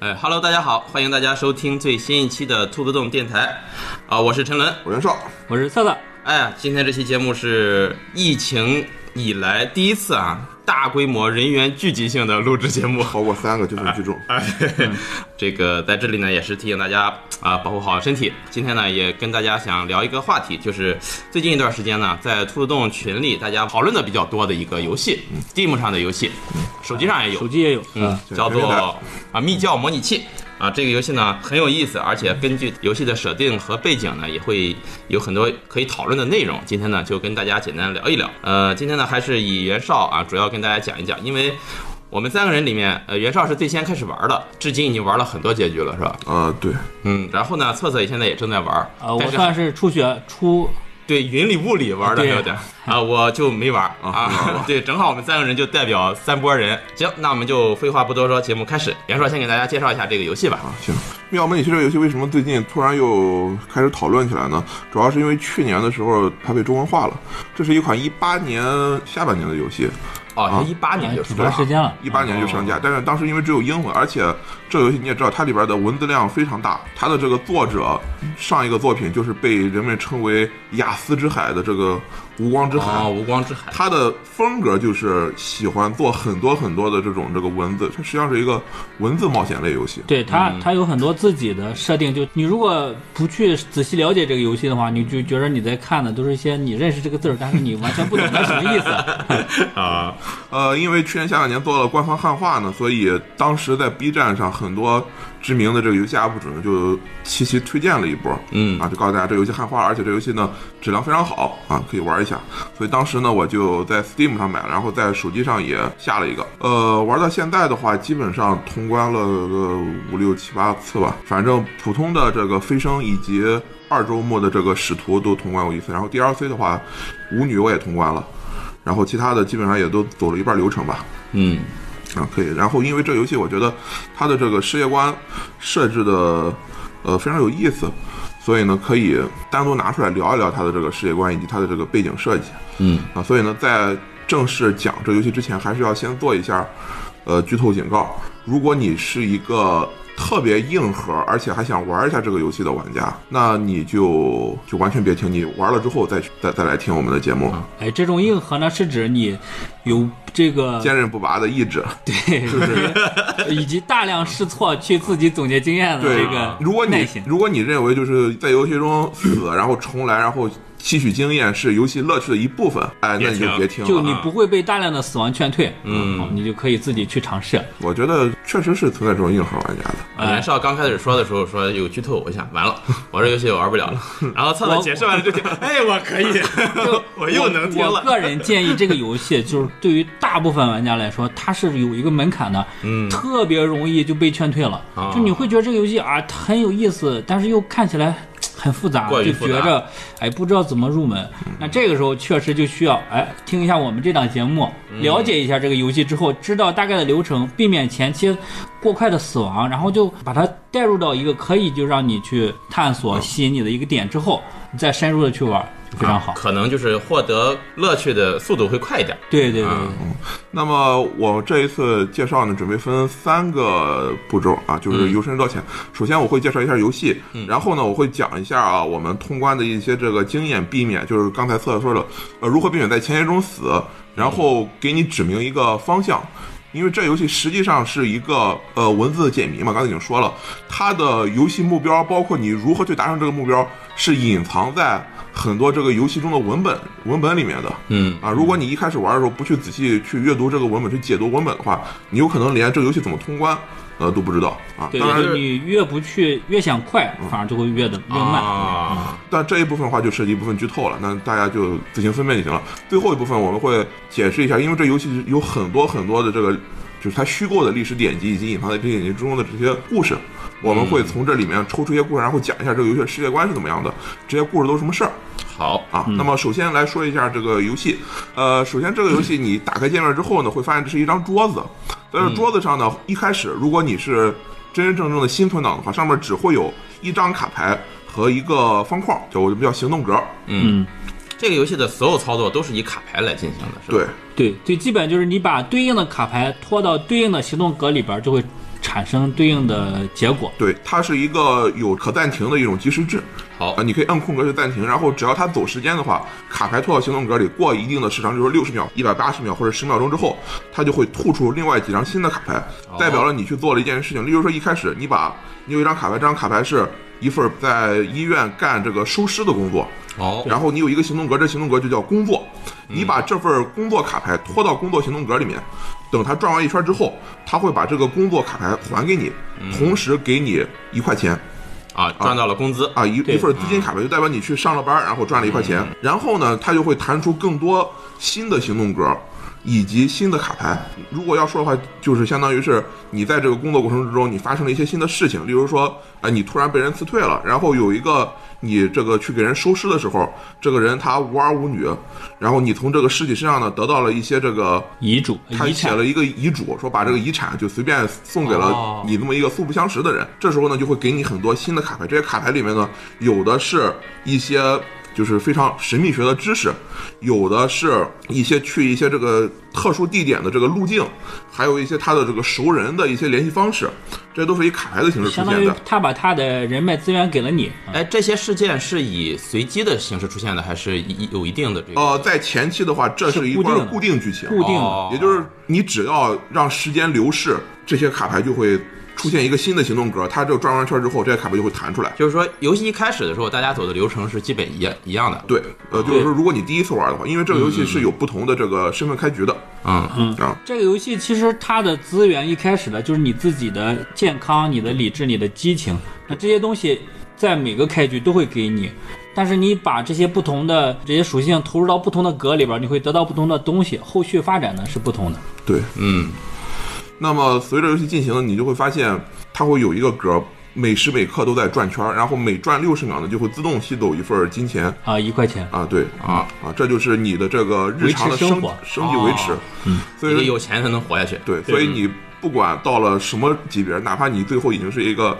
哎哈喽，大家好，欢迎大家收听最新一期的兔子洞电台，啊、我是陈伦。我袁绍，我是瑟瑟，哎呀，今天这期节目是疫情以来第一次啊，大规模人员聚集性的录制节目。超过三个就算聚众。哎， 这个在这里呢，也是提醒大家啊、保护好身体。今天呢，也跟大家想聊一个话题，就是最近一段时间呢，在兔子洞群里大家讨论的比较多的一个游戏，Steam 上的游戏，手机上也有手，机也有，嗯，对叫可以做的啊密教模拟器啊，这个游戏呢很有意思，而且根据游戏的设定和背景呢，也会有很多可以讨论的内容。今天呢就跟大家简单聊一聊，呃，今天呢还是以袁绍啊主要跟大家讲一讲，因为。我们三个人里面，呃，袁绍是最先开始玩的，至今已经玩了很多结局了，是吧？啊，对，嗯，然后呢，策策也现在也正在玩，呃，但我是算是初学初，对云里雾里玩的对有点啊，我就没玩啊。 对，正好我们三个人就代表三波人。行，那我们就废话不多说，节目开始。袁绍先给大家介绍一下这个游戏吧。啊，行。妙门你器这个游戏为什么最近突然又开始讨论起来呢？主要是因为去年的时候它被中文化了。这是一款一八年下半年的游戏，哦，一八年就挺出长了时间了，一八年就上哦架，但是当时因为只有英文，而且这个游戏你也知道，它里边的文字量非常大。它的这个作者上一个作品就是被人们称为“雅思之海”的这个无光之海。哦，无光之海。他的风格就是喜欢做很多很多的这种这个文字，它实际上是一个文字冒险类游戏。对它，它有很多自己的设定。就你如果不去仔细了解这个游戏的话，你就觉得你在看的都是一些你认识这个字儿，但是你完全不懂它什么意思。 啊，呃，因为去年下半年做了官方汉化呢，所以当时在 B 站上很多知名的这个游戏 UP 主呢就齐齐推荐了一波，嗯啊，就告诉大家这游戏汉化，而且这游戏呢质量非常好啊，可以玩一下。所以当时呢我就在 Steam 上买了，然后在手机上也下了一个。呃，玩到现在的话，基本上通关了个五六七八次吧，反正普通的这个飞升以及二周末的这个使徒都通关过一次，然后 DLC 的话，舞女我也通关了。然后其他的基本上也都走了一半流程吧，嗯，啊，可以。然后因为这游戏，我觉得它的这个世界观设置的呃非常有意思，所以呢可以单独拿出来聊一聊它的这个世界观以及它的这个背景设计，嗯啊，所以呢在正式讲这游戏之前，还是要先做一下呃剧透警告。如果你是一个特别硬核，而且还想玩一下这个游戏的玩家，那你就就完全别听，你玩了之后再去再再来听我们的节目，哎，这种硬核呢，是指你有这个 坚韧不拔的意志。对，以及大量试错去自己总结经验的对这个如果耐你心。如果你认为就是在游戏中死，然后重来，然后吸取经验是游戏乐趣的一部分，哎，别那你就听别听就了。你啊不会被大量的死亡劝退，嗯好你就可以自己去尝试。我觉得确实是存在这种硬核玩家的。哎啊袁绍刚开始说的时候说有剧透，我想 完了，我这游戏我玩不了 了。然后策策我解释完了之 后，哎，我可以， 我又能听我了。个人建议这个游戏，就是对于大部分玩家来说，它是有一个门槛的，嗯特别容易就被劝退了。啊就你会觉得这个游戏啊很有意思，但是又看起来。很复杂，过于就复觉杂嗯着哎不知道怎么入门。那这个时候确实就需要哎听一下我们这档节目，嗯了解一下这个游戏之后，知道大概的流程，避免前期过快的死亡，然后就把它带入到一个可以就让你去探索、嗯吸引你的一个点之后，你再深入的去玩，非常好。可能就是获得乐趣的速度会快一点。对对对，嗯那么我这一次介绍呢，准备分三个步骤啊，就是由深入到浅。首先我会介绍一下游戏，然后呢我会讲一下啊我们通关的一些这个经验，避免就是刚才策说的，呃如何避免在前夜中死，然后给你指明一个方向。因为这游戏实际上是一个呃文字解谜嘛，刚才已经说了，它的游戏目标包括你如何去达成这个目标，是隐藏在很多这个游戏中的文本文本里面的。嗯啊，如果你一开始玩的时候不去仔细去阅读这个文本，去解读文本的话，你有可能连这个游戏怎么通关，呃都不知道啊。对，当就然，是你越不去，越想快，反而就会越的嗯越慢。啊，但这一部分的话就涉及一部分剧透了，那大家就自行分辨就行了。最后一部分我们会解释一下，因为这游戏有很多很多的这个，就是它虚构的历史典籍以及隐藏在历史典籍之中的这些故事，我们嗯会从这里面抽出一些故事，然后讲一下这个游戏的世界观是怎么样的，这些故事都是什么事儿。好，啊。那么首先来说一下这个游戏，呃，首先这个游戏你打开界面之后呢，会发现这是一张桌子，在这桌子上呢，一开始如果你是真真正正的新存档的话，上面只会有一张卡牌和一个方框，叫我们叫行动格。嗯，这个游戏的所有操作都是以卡牌来进行的，是吧？对，对，最基本就是你把对应的卡牌拖到对应的行动格里边，就会产生对应的结果。对，它是一个有可暂停的一种计时制好啊，，你可以按空格去暂停，然后只要它走时间的话，卡牌拖到行动格里过一定的时长，就是六十秒、一百八十秒或者十秒钟之后，它就会吐出另外几张新的卡牌，代表了你去做了一件事情。例如说一开始你把你有一张卡牌，这张卡牌是一份在医院干这个收尸的工作，哦，然后你有一个行动格，这行动格就叫工作。你把这份工作卡牌拖到工作行动格里面，等它转完一圈之后，它会把这个工作卡牌还给你，同时给你一块钱啊，赚到了工资，啊，一对一份资金卡牌就代表你去上了班，然后赚了一块钱。然后呢，它就会弹出更多新的行动格。以及新的卡牌，如果要说的话，就是相当于是你在这个工作过程之中，你发生了一些新的事情，例如说，啊、你突然被人辞退了，然后有一个你这个去给人收尸的时候，这个人他无儿无女，然后你从这个尸体身上呢得到了一些这个遗嘱、他遗写产，了一个遗嘱，说把这个遗产就随便送给哦了你这么一个素不相识的人。这时候呢，就会给你很多新的卡牌。这些卡牌里面呢，有的是一些就是非常神秘学的知识，有的是一些去一些这个特殊地点的这个路径，还有一些他的这个熟人的一些联系方式，这都是以卡牌的形式出相当现于的。他把他的人脉资源给了你。嗯哎，这些事件是以随机的形式出现的，还是一有一定的这个？呃，在前期的话，这是是一固块定的固定剧情，固定的哦也就是你只要让时间流逝，这些卡牌就会出现一个新的行动格，它这转完圈之后，这些卡牌就会弹出来。就是说，游戏一开始的时候，大家走的流程是基本一样一样的。对，呃，就是说，如果你第一次玩的话，因为这个游戏是有不同的这个身份开局的嗯，啊，这个游戏其实它的资源一开始的就是你自己的健康、你的理智、你的激情，那这些东西在每个开局都会给你。但是你把这些不同的这些属性投入到不同的格里边，你会得到不同的东西，后续发展呢是不同的。对。嗯，那么随着游戏进行，你就会发现它会有一个格，每时每刻都在转圈儿，然后每转六十秒呢，就会自动吸走一份儿金钱。啊，一块钱，啊，对啊啊，这就是你的这个日常的维持生生活生计维持哦，嗯，所以你说得有钱才能活下去。对，所以你不管到了什么级别，哪怕你最后已经是一个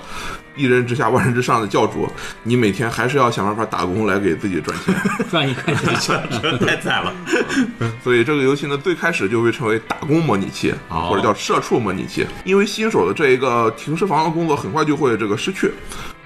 一人之下万人之上的教主，你每天还是要想办法打工来给自己赚钱。赚一块钱。 太惨了。所以这个游戏呢，最开始就被称为打工模拟器，哦或者叫社畜模拟器，因为新手的这一个停尸房的工作很快就会这个失去。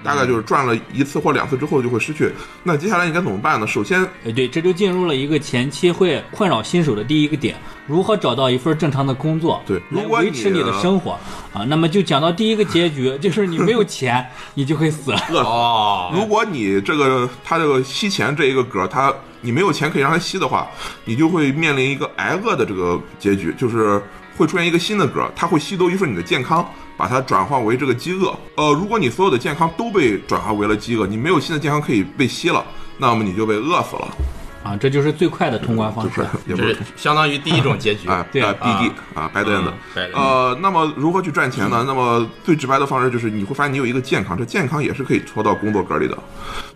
大概就是转了一次或两次之后就会失去，那接下来应该怎么办呢？首先，哎，对，这就进入了一个前期会困扰新手的第一个点，如何找到一份正常的工作，对来如果维持你你的生活啊。那么就讲到第一个结局， 就是你没有钱，你就会死。哦，如果你这个它这个吸钱这一个格，它你没有钱可以让它吸的话，你就会面临一个挨饿的这个结局，就是会出现一个新的格，它会吸走一份你的健康，把它转化为这个饥饿。呃，如果你所有的健康都被转化为了饥饿，你没有新的健康可以被吸了，那么你就被饿死了，啊，这就是最快的通关 方是式。也不这是是相当于第一种结局。 哎，对呃啊，BD 啊，白đơn子嗯白đơn。呃，那么如何去赚钱呢？那么最直白的方式就是你会发现你有一个健康，这健康也是可以拖到工作格里的。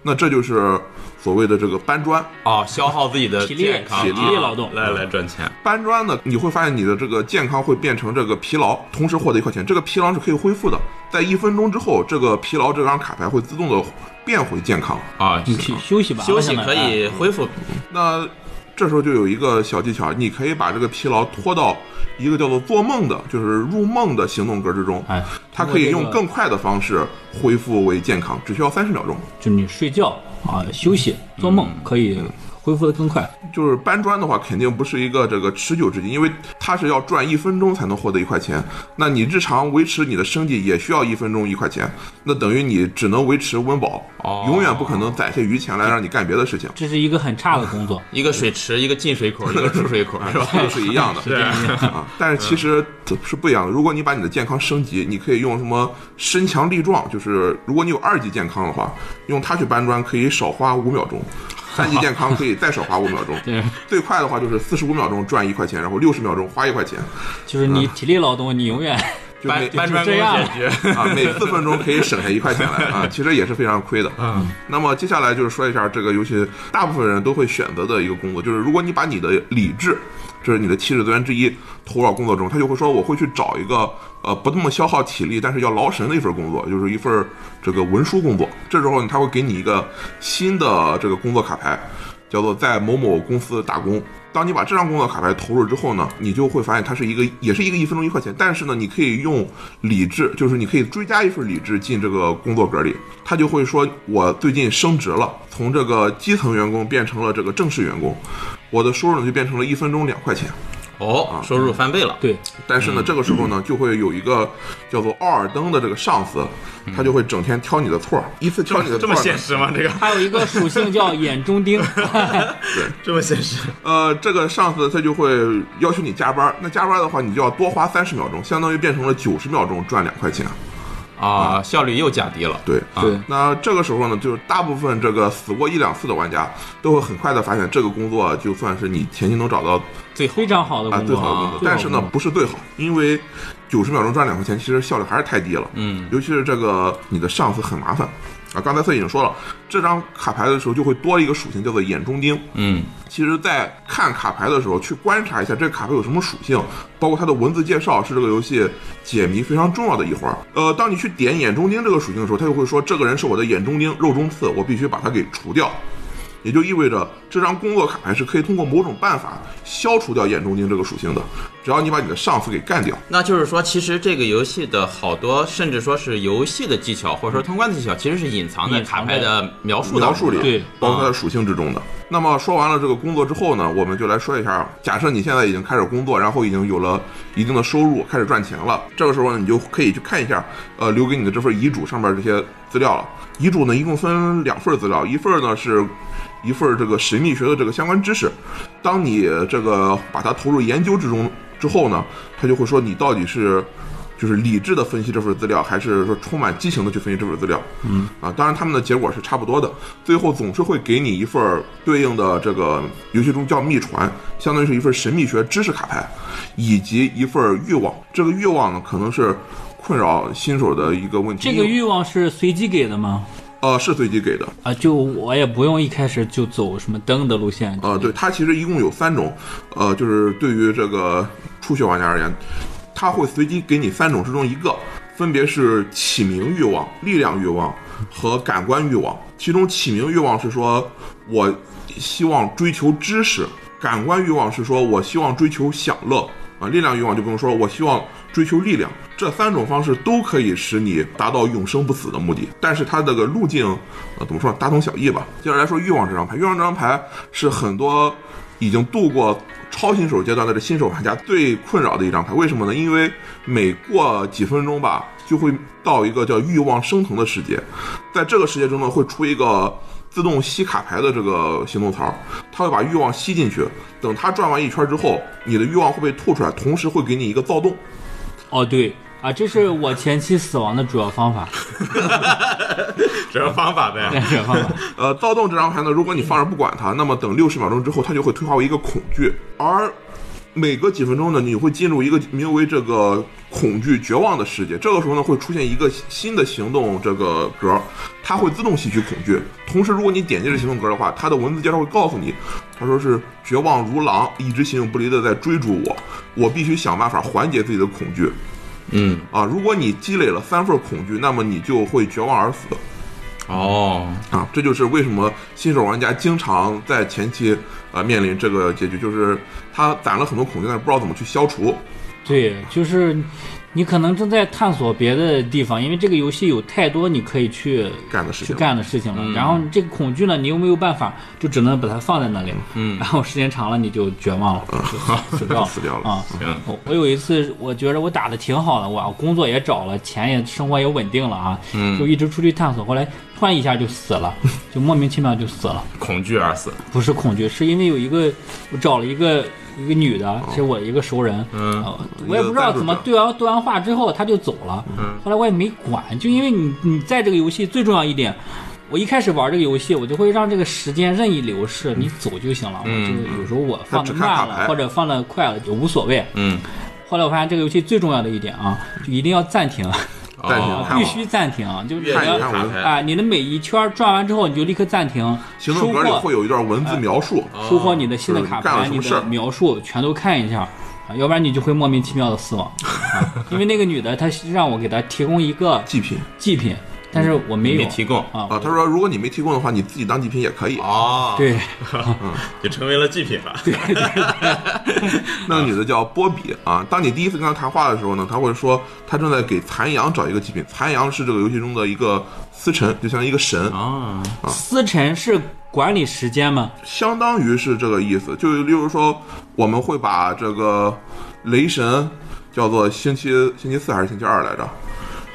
那这就是所谓的这个搬砖。哦，消耗自己的体力健康、体力啊劳动来来赚钱。搬砖呢，你会发现你的这个健康会变成这个疲劳，同时获得一块钱。这个疲劳是可以恢复的，在一分钟之后，这个疲劳这张卡牌会自动的变回健康。啊，你去休息吧，休息我想可以恢复那这时候就有一个小技巧，你可以把这个疲劳拖到一个叫做做梦的，就是入梦的行动格之中。哎。哎，它可以通用过这更个快的方式恢复为健康，只需要三十秒钟。就你睡觉啊，休息、做梦可以恢复的更快。就是搬砖的话，肯定不是一个这个持久之计，因为它是要赚一分钟才能获得一块钱。那你日常维持你的生计也需要一分钟一块钱，那等于你只能维持温饱，哦永远不可能攒些余钱来让你干别的事情。这是一个很差的工作，一个水池，一个进水口，一个出水口，是吧？ 都是一样的，是啊，但是其实是不一样的。如果你把你的健康升级，你可以用什么身强力壮，就是如果你有二级健康的话，用它去搬砖可以少花五秒钟，三级健康可以再少花五秒 钟，对，最快的话就是四十五秒钟赚一块钱，然后六十秒钟花一块钱，就是你体力劳动，你永远 就搬每搬砖就工这样解决。啊每四分钟可以省下一块钱来啊，其实也是非常亏的。嗯，那么接下来就是说一下这个游戏大部分人都会选择的一个工作，就是如果你把你的理智，这是你的气质资源之一，投入到工作中，他就会说我会去找一个呃不那么消耗体力，但是要劳神的一份工作，就是一份这个文书工作。这时候呢，他会给你一个新的这个工作卡牌，叫做在某某公司打工。当你把这张工作卡牌投入之后呢，你就会发现它是一个，也是一个一分钟一块钱，但是呢，你可以用理智，就是你可以追加一份理智进这个工作格里，它就会说我最近升职了，从这个基层员工变成了这个正式员工，我的收入呢就变成了一分钟两块钱。哦，收入翻倍了。 对，但嗯是呢，这个时候呢，就会有一个叫做奥尔登的这个上司，他就会整天挑你的错儿，依次挑你的这错儿么呢。现实吗？这个 还有一个属性叫眼中钉，这么现实？呃，这个上司他就会要求你加班儿，那加班儿的话，你就要多花三十秒钟，相当于变成了九十秒钟赚两块钱。啊，效率又降低了。对，啊对那这个时候呢，就是大部分这个死过一两次的玩家，都会很快的发现这个工作就算是你前期能找到啊、最后非常好的工最作，好的工啊作，但是呢最好的工作不是最好，因为九十秒钟赚两块钱，其实效率还是太低了。嗯，尤其是这个你的上司很麻烦啊。刚才翠已经说了，这张卡牌的时候就会多一个属性叫做眼中钉。嗯，其实，在看卡牌的时候，去观察一下这个卡牌有什么属性，包括它的文字介绍是这个游戏解谜非常重要的一环。呃，当你去点眼中钉这个属性的时候，它就会说这个人是我的眼中钉、肉中刺，我必须把它给除掉。也就意味着这张工作卡牌是可以通过某种办法消除掉眼中钉这个属性的，只要你把你的上司给干掉。那就是说，其实这个游戏的好多，甚至说是游戏的技巧，或者说通关的技巧，其实是隐藏在隐卡藏牌的描述描述里里，的。对包括它的属性之中的。那么说完了这个工作之后呢，我们就来说一下，假设你现在已经开始工作，然后已经有了一定的收入，开始赚钱了，这个时候呢，你就可以去看一下，呃，留给你的这份遗嘱上面这些资料了。遗嘱呢，一共分两份资料，一份呢是。一份这个神秘学的这个相关知识，当你这个把它投入研究之中之后呢，它就会说你到底是就是理智的分析这份资料，还是说充满激情的去分析这份资料？嗯，啊，当然他们的结果是差不多的，最后总是会给你一份儿对应的这个游戏中叫秘传，相当于是一份神秘学知识卡牌，以及一份欲望。这个欲望呢，可能是困扰新手的一个问题。这个欲望是随机给的吗？呃是随机给的，啊，就我也不用一开始就走什么灯的路线，呃，对，它其实一共有三种，呃，就是对于这个初学玩家而言，它会随机给你三种之中一个，分别是起名欲望、力量欲望和感官欲望。其中起名欲望是说我希望追求知识，感官欲望是说我希望追求享乐。啊，力量欲望就不用说，我希望追求力量。这三种方式都可以使你达到永生不死的目的，但是它这个路径，呃，怎么说呢，大同小异吧。接着来说欲望这张牌，欲望这张牌是很多已经度过超新手阶段的这新手玩家最困扰的一张牌。为什么呢？因为每过几分钟吧，就会到一个叫欲望升腾的世界，在这个世界中呢，会出一个。自动吸卡牌的这个行动槽，它会把欲望吸进去。等它转完一圈之后，你的欲望会被吐出来，同时会给你一个躁动。哦，对啊，这是我前期死亡的主要方法， 这种方法呗。主要方法。呃，躁动这张牌呢，如果你放着不管它，那么等六十秒钟之后，它就会退化为一个恐惧，而每隔几分钟呢，你会进入一个名为这个恐惧绝望的世界。这个时候呢，会出现一个新的行动这个格，它会自动吸取恐惧。同时，如果你点击这行动格的话，它的文字介绍会告诉你，他说是绝望如狼，一直形影不离的在追逐我，我必须想办法缓解自己的恐惧。嗯，啊，如果你积累了三份恐惧，那么你就会绝望而死。哦，啊，这就是为什么新手玩家经常在前期呃面临这个结局，就是他攒了很多恐惧，但是不知道怎么去消除。对，就是你可能正在探索别的地方，因为这个游戏有太多你可以去干的事情去干的事情了。嗯然后这个恐惧呢，你又没有办法，就只能把它放在那里。嗯然后时间长了，你就绝望了，就 死掉了，死掉了啊。行，我我有一次，我觉得我打的挺好的，我我工作也找了，钱也生活也稳定了啊，嗯就一直出去探索，后来突然一下就 死了，就莫名其妙就死了。恐惧而死。不是恐惧，是因为有一个我找了一个一个女哦的，是我一个熟人，嗯呃我也不知道怎么对完对完话之后她就走了，嗯后来我也没管，就因为你你在这个游戏最重要一点。我一开始玩这个游戏，我就会让这个时间任意流逝，你走就行了。嗯我这个有时候我放嗯它只的看卡慢牌了，或者放的快了也无所谓。嗯，后来我发现这个游戏最重要的一点啊，嗯就一定要暂停，暂停哦看啊 必我须暂停，就是阅看你读一要看卡文牌。啊，你的每一圈转完之后，你就立刻暂停。行动格收里获会有一段哎文字描述，收获你的新的啊是卡干了牌，什么你事儿的描述全都看一下，啊，要不然你就会 莫名其妙的死亡。啊、因为那个女的，她让我给她提供一个祭品祭品，但是我没有没提供啊啊，他说如果你没提供的话，你自己当祭品也可以。哦，，对就成为了祭品了。那个女的叫波比啊。当你第一次跟她谈话的时候呢，她会说她正在给残阳找一个祭品，残阳是这个游戏中的一个司辰，就像一个啊神，哦，啊司辰是管理时间吗？相当于是这个意思。就例如说，我们会把这个雷神叫做星期星期四还是星期二来着？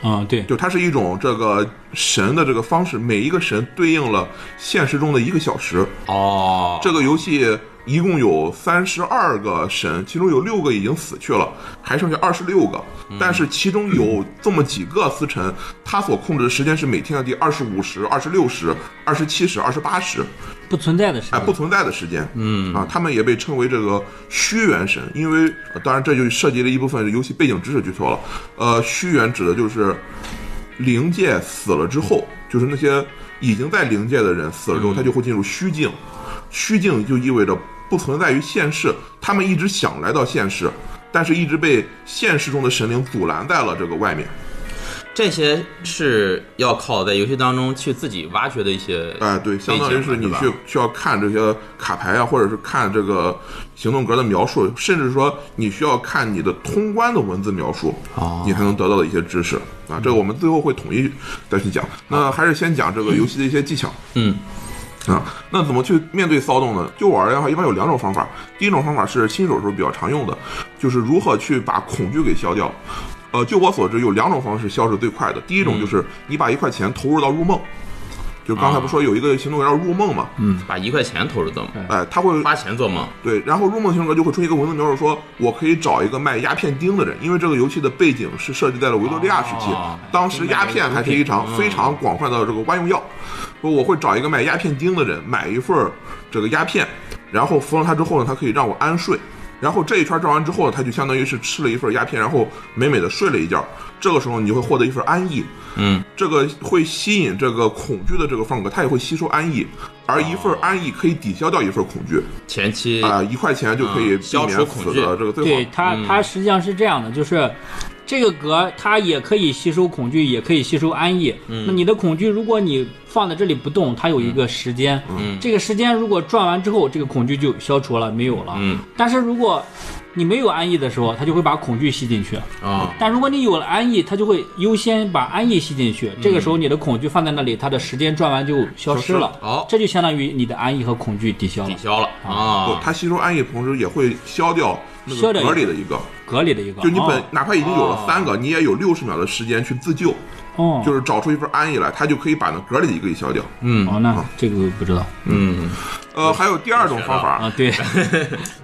嗯，对，就它是一种这个神的这个方式，每一个神对应了现实中的一个小时。哦，这个游戏一共有三十二个神，其中有六个已经死去了，还剩下二十六个。但是其中有这么几个司辰，他所控制的时间是每天的第二十五时、二十六时、二十七时、二十八时，不存在的时哎，间。不存在的时间。嗯啊，他们也被称为这个虚元神，因为呃当然这就涉及了一部分游戏背景知识剧透了。呃，虚元指的就是灵界死了之后，就是那些已经在灵界的人死了之后，他就会进入虚境。虚境就意味着不存在于现世，他们一直想来到现世，但是一直被现实中的神灵阻拦在了这个外面。这些是要靠在游戏当中去自己挖掘的一些，哎，对，相当于是你去需要看这些卡牌啊，或者是看这个行动格的描述，甚至说你需要看你的通关的文字描述，哦你才能得到的一些知识啊。这个我们最后会统一再去讲。那还是先讲这个游戏的一些技巧。嗯，啊，那怎么去面对骚动呢？就我而言的话，一般有两种方法。第一种方法是新手时候比较常用的，就是如何去把恐惧给消掉。呃，就我所知，有两种方式消是最快的。第一嗯种就是你把一块钱投入到入梦，就刚才不说有一个行动叫入梦嘛？把一块钱投入到哎，他会花钱做梦。对，然后入梦行格就会出一个文字描述说，我可以找一个卖鸦片钉的人，因为这个游戏的背景是设计在了维多利亚时期，哦当时鸦片还是一场嗯非常广泛的这个万用药。说我会找一个卖鸦片钉的人，买一份儿这个鸦片，然后服了它之后呢，它可以让我安睡。然后这一圈转完之后，他就相当于是吃了一份鸦片，然后美美的睡了一觉。这个时候你就会获得一份安逸，嗯，这个会吸引这个恐惧的这个放格，它也会吸收安逸，而一份安逸可以抵消掉一份恐惧。前期啊、一块钱就可以嗯避消除免恐死惧的这个对最好。它，它实际上是这样的，就是这个格它也可以吸收恐惧，也可以吸收安逸。那你的恐惧，如果你放在这里不动，它有一个时间，嗯这个时间如果转完之后，这个恐惧就消除了，没有了。嗯但是如果你没有安逸的时候，它就会把恐惧吸进去；啊但如果你有了安逸，它就会优先把安逸吸进去。这个时候你的恐惧放在那里，它的时间转完就消失了。哦这就相当于你的安逸和恐惧抵消了抵。消了不啊，它吸收安逸，同时也会消掉那消个掉格一里的一个。格里的一个，就你本哦哪怕已经有了三个，你也有六十秒的时间去自救，哦，就是找出一份安逸来，它就可以把那格里的一个给消掉。嗯哦，那这个不知道嗯呃，还有第二种方法，啊。 对，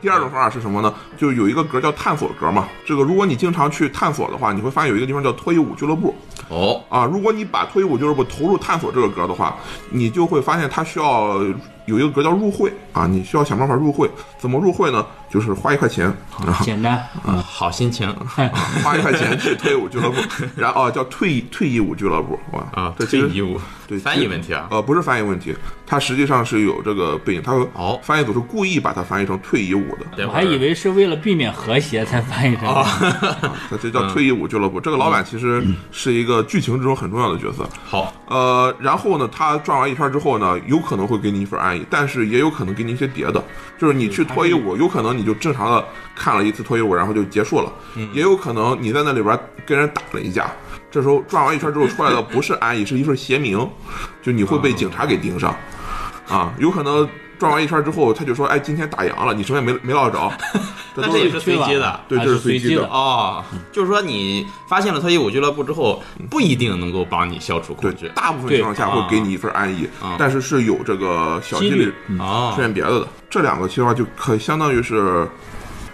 第二种方法是什么呢？就有一个格叫探索格嘛。这个如果你经常去探索的话，你会发现有一个地方叫脱衣舞俱乐部。哦啊，如果你把脱衣舞俱乐部投入探索这个格的话，你就会发现它需要有一个格叫入会啊，你需要想办法入会。怎么入会呢？就是花一块钱，然后简单。嗯，好心情 花一块钱去脱衣舞俱乐部，然后、哦、叫退退役舞俱乐部，哇啊，这这其实义务对翻译问题啊，呃不是翻译问题，它实际上是有这个背景，它哦翻译组是故意把它翻译成退役舞的。对我还以为是为了避免和谐才翻译成这啊样。它这嗯叫退役舞俱乐部。这个老板其实是一个剧情之中很重要的角色。好呃，然后呢，他转完一圈之后呢，有可能会给你一份安逸，但是也有可能给你一些别的，就是你去脱衣舞，有可能你就正常的看了一次脱衣舞，然后就结束了，嗯也有可能你在那里边跟人打了一架，这时候转完一圈之后出来的不是安逸，是一份邪名，就你会被警察给盯上，啊，有可能转完一圈之后他就说，哎，今天打烊了，你什么也没没捞着，这那都这也是是去随了啊机的。对还这是是随随机机的啊的。哦，就是说你发现了脱衣舞俱乐部之后，不一定能够帮你消除恐惧对，大部分情况下会给你一份安逸啊，但是是有这个小几几率率。哦出，现别的的。这两个其实话就可以相当于是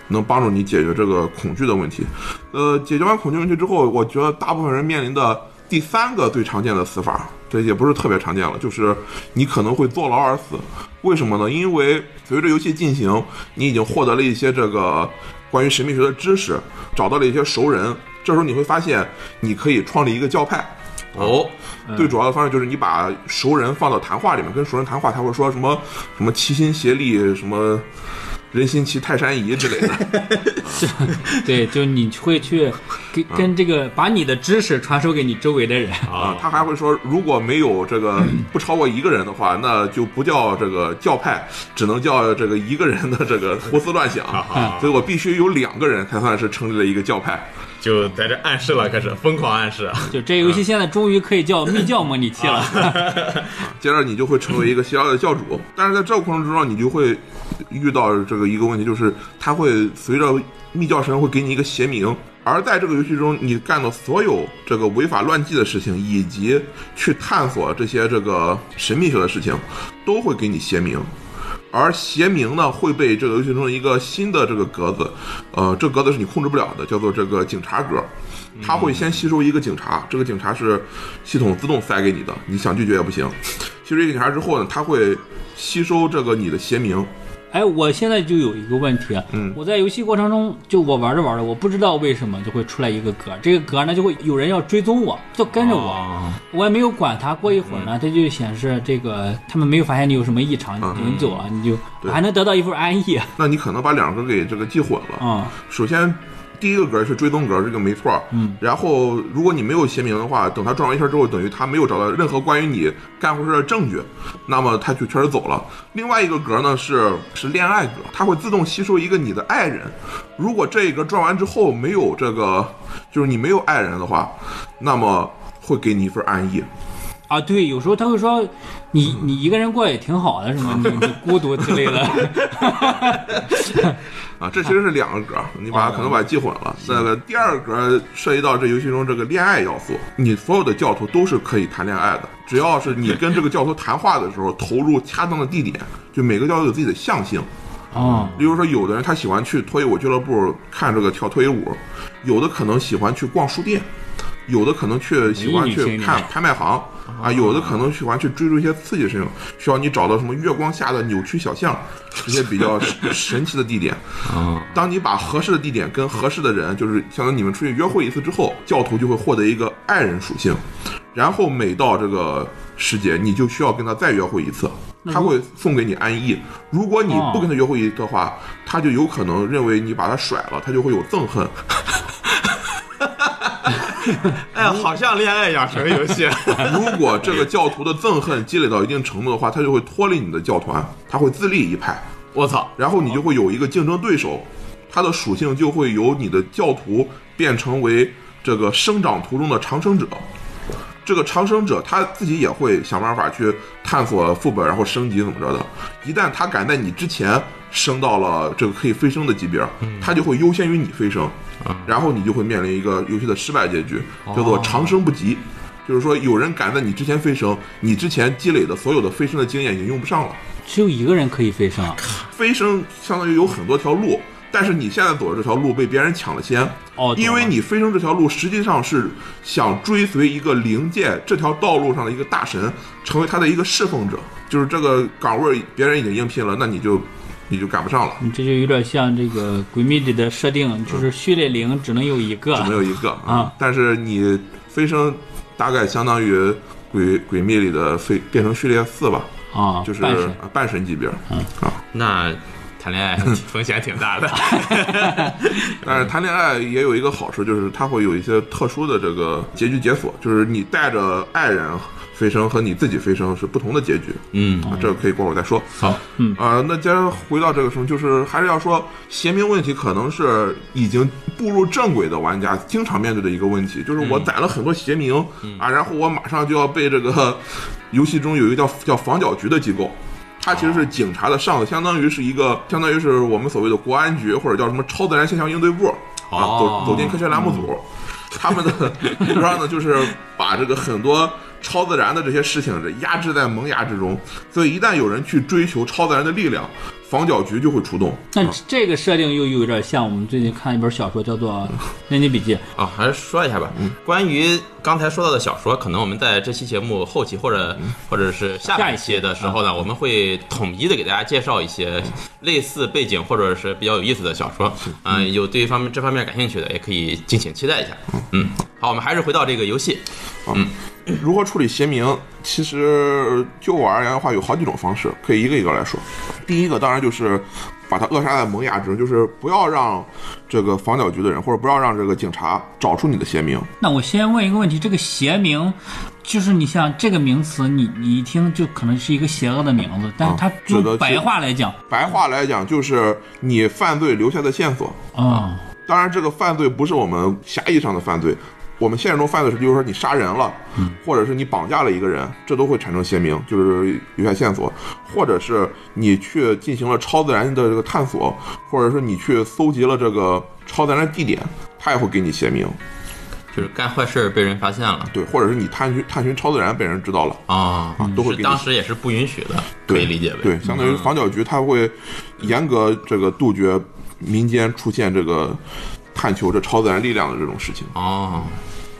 能帮助你解决这个恐惧的问题。呃，解决完恐惧问题之后，我觉得大部分人面临的第三个最常见的死法，这也不是特别常见了，就是你可能会坐牢而死。为什么呢？因为随着游戏进行，你已经获得了一些这个关于神秘学的知识，找到了一些熟人。这时候你会发现，你可以创立一个教派，哦，最主要的方式就是你把熟人放到谈话里面，跟熟人谈话，他会说什么什么齐心协力，什么人心齐泰山移之类的。 对，就你会去跟嗯跟这个把你的知识传授给你周围的人。啊，他还会说，如果没有这个不超过一个人的话，那就不叫这个教派，只能叫这个一个人的这个胡思乱想。啊所以我必须有两个人才算是成立了一个教派。就在这暗示了，开始疯狂暗示。 啊就这嗯游戏现在终于可以叫密教模拟器了。啊接着你就会成为一个邪教的教主。但是在这个过程之中，你就会遇到这个一个问题，就是他会随着密教神会给你一个邪名。而在这个游戏中，你干的所有这个违法乱纪的事情，以及去探索这些这个神秘学的事情，都会给你邪名。而邪名呢，会被这个游戏中的一个新的这个格子，呃，这格子是你控制不了的，叫做这个警察格。它会先吸收一个警察，这个警察是系统自动塞给你的，你想拒绝也不行。吸收一个警察之后呢，它会吸收这个你的邪名， 哎，我现在就有一个问题啊，嗯我在游戏过程中，就我玩着玩着，我不知道为什么就会出来一个格，这个格呢就会有人要追踪我，就跟着我，啊哦我也没有管他。过一会儿呢，它就显示这个他们没有发现你有什么异常，嗯你走了，你就对还能得到一份安逸啊。那你可能把两个给这个记混了。嗯首先，第一个格是追踪格，这个没错儿。嗯然后，如果你没有邪名的话，等他转完一圈之后，等于他没有找到任何关于你干坏事的证据，那么他就确实走了。另外一个格呢是是恋爱格，它会自动吸收一个你的爱人。如果这一格转完之后没有这个，就是你没有爱人的话，那么会给你一份安逸。啊，对，有时候他会说你你一个人过也挺好的，什么你你孤独之类的。 啊，这其实是两个格，你把它可能把它记混了。那个第二格涉及到这游戏中这个恋爱要素，你所有的教徒都是可以谈恋爱的，只要是你跟这个教徒谈话的时候投入恰当的地点，就每个教徒有自己的象性。哦，例如说，有的人他喜欢去脱衣舞俱乐部看这个跳脱衣舞，有的可能喜欢去逛书店，有的可能去喜欢文艺女去青看年拍卖行啊，有的可能喜欢去追逐一些刺激的事情，需要你找到什么月光下的扭曲小巷这些比较 神神奇的地点。啊哦当你把合适的地点跟合适的人，就是相当于你们出去约会一次之后，教徒就会获得一个爱人属性，然后每到这个时节，你就需要跟他再约会一次，他会送给你安逸。如果你不跟他约会的话，他就有可能认为你把他甩了，他就会有憎恨。哎呀，好像恋爱养成游戏。啊如果这个教徒的憎恨积累到一定程度的话，他就会脱离你的教团，他会自立一派。我操！然后你就会有一个竞争对手，它的属性就会由你的教徒变成为这个生长途中的长生者。这个长生者他自己也会想办法去探索副本，然后升级怎么着的。一旦他敢在你之前升到了这个可以飞升的级别，他就会优先于你飞升，然后你就会面临一个游戏的失败结局，叫做长生不及。就是说，有人敢在你之前飞升，你之前积累的所有的飞升的经验已经用不上了。只有一个人可以飞升啊。飞升相当于有很多条路，但是你现在走的这条路被别人抢了先，哦，懂因为了你飞升这条路实际上是想追随一个灵界这条道路上的一个大神，成为他的一个侍奉者，就是这个岗位别人已经应聘了，那你就你就赶不上了。嗯你这就有点像这个《鬼灭》里的设定，就是序列零只能有一个只。能有一个啊！但是你飞升大概相当于鬼鬼灭里的飞变成序列四吧，啊，就是半神嗯啊半神级别啊。那谈恋爱风险挺大的。但是嗯谈恋爱也有一个好处，就是它会有一些特殊的这个结局解锁，就是你带着爱人飞升和你自己飞升是不同的结局嗯，啊，这个可以过会儿再说。好，嗯啊、那接着回到这个什么，就是还是要说邪名问题，可能是已经步入正轨的玩家经常面对的一个问题，就是我攒了很多邪名、嗯啊，然后我马上就要被这个游戏中有一个叫叫防剿局的机构。它其实是警察的上司，相当于是一个，相当于是我们所谓的国安局或者叫什么超自然现象应对部啊，哦走走进科学栏目组， 他们的目标呢就是把这个很多超自然的这些事情这压制在萌芽之中，所以一旦有人去追求超自然的力量，防剿局就会出动。但这个设定又有点像我们最近看一本小说，叫做《炼金笔记》。啊，还是说一下吧。嗯关于刚才说到的小说，可能我们在这期节目后期或者嗯或者是下下一半期期的时候呢，我们会统一的给大家介绍一些嗯类似背景或者是比较有意思的小说。嗯，有对方面嗯这方面感兴趣的，也可以敬请期待一下。嗯，好，我们还是回到这个游戏。啊嗯，如何处理邪名，其实就我而言的话，有好几种方式，可以一个一个来说。第一个当然就是把它扼杀在萌芽之中，就是不要让这个防剿局的人，或者不要让这个警察找出你的邪名。那我先问一个问题，这个邪名，就是你像这个名词，你你一听就可能是一个邪恶的名字，但是它指的用是白话来讲，白话来讲，就是你犯罪留下的线索。啊、当然，这个犯罪不是我们狭义上的犯罪。我们现实中犯罪是，比如说你杀人了，或者是你绑架了一个人，这都会产生邪名，就是留下线索；或者是你去进行了超自然的这个探索，或者是你去搜集了这个超自然的地点，它也会给你邪名。就是干坏事儿被人发现了对，或者是你探寻探寻超自然被人知道了。啊啊，都会是给你当时也是不允许的，可对以理解为嗯对，相当于防剿局，它会严格这个杜绝民间出现这个探求这超自然力量的这种事情。哦。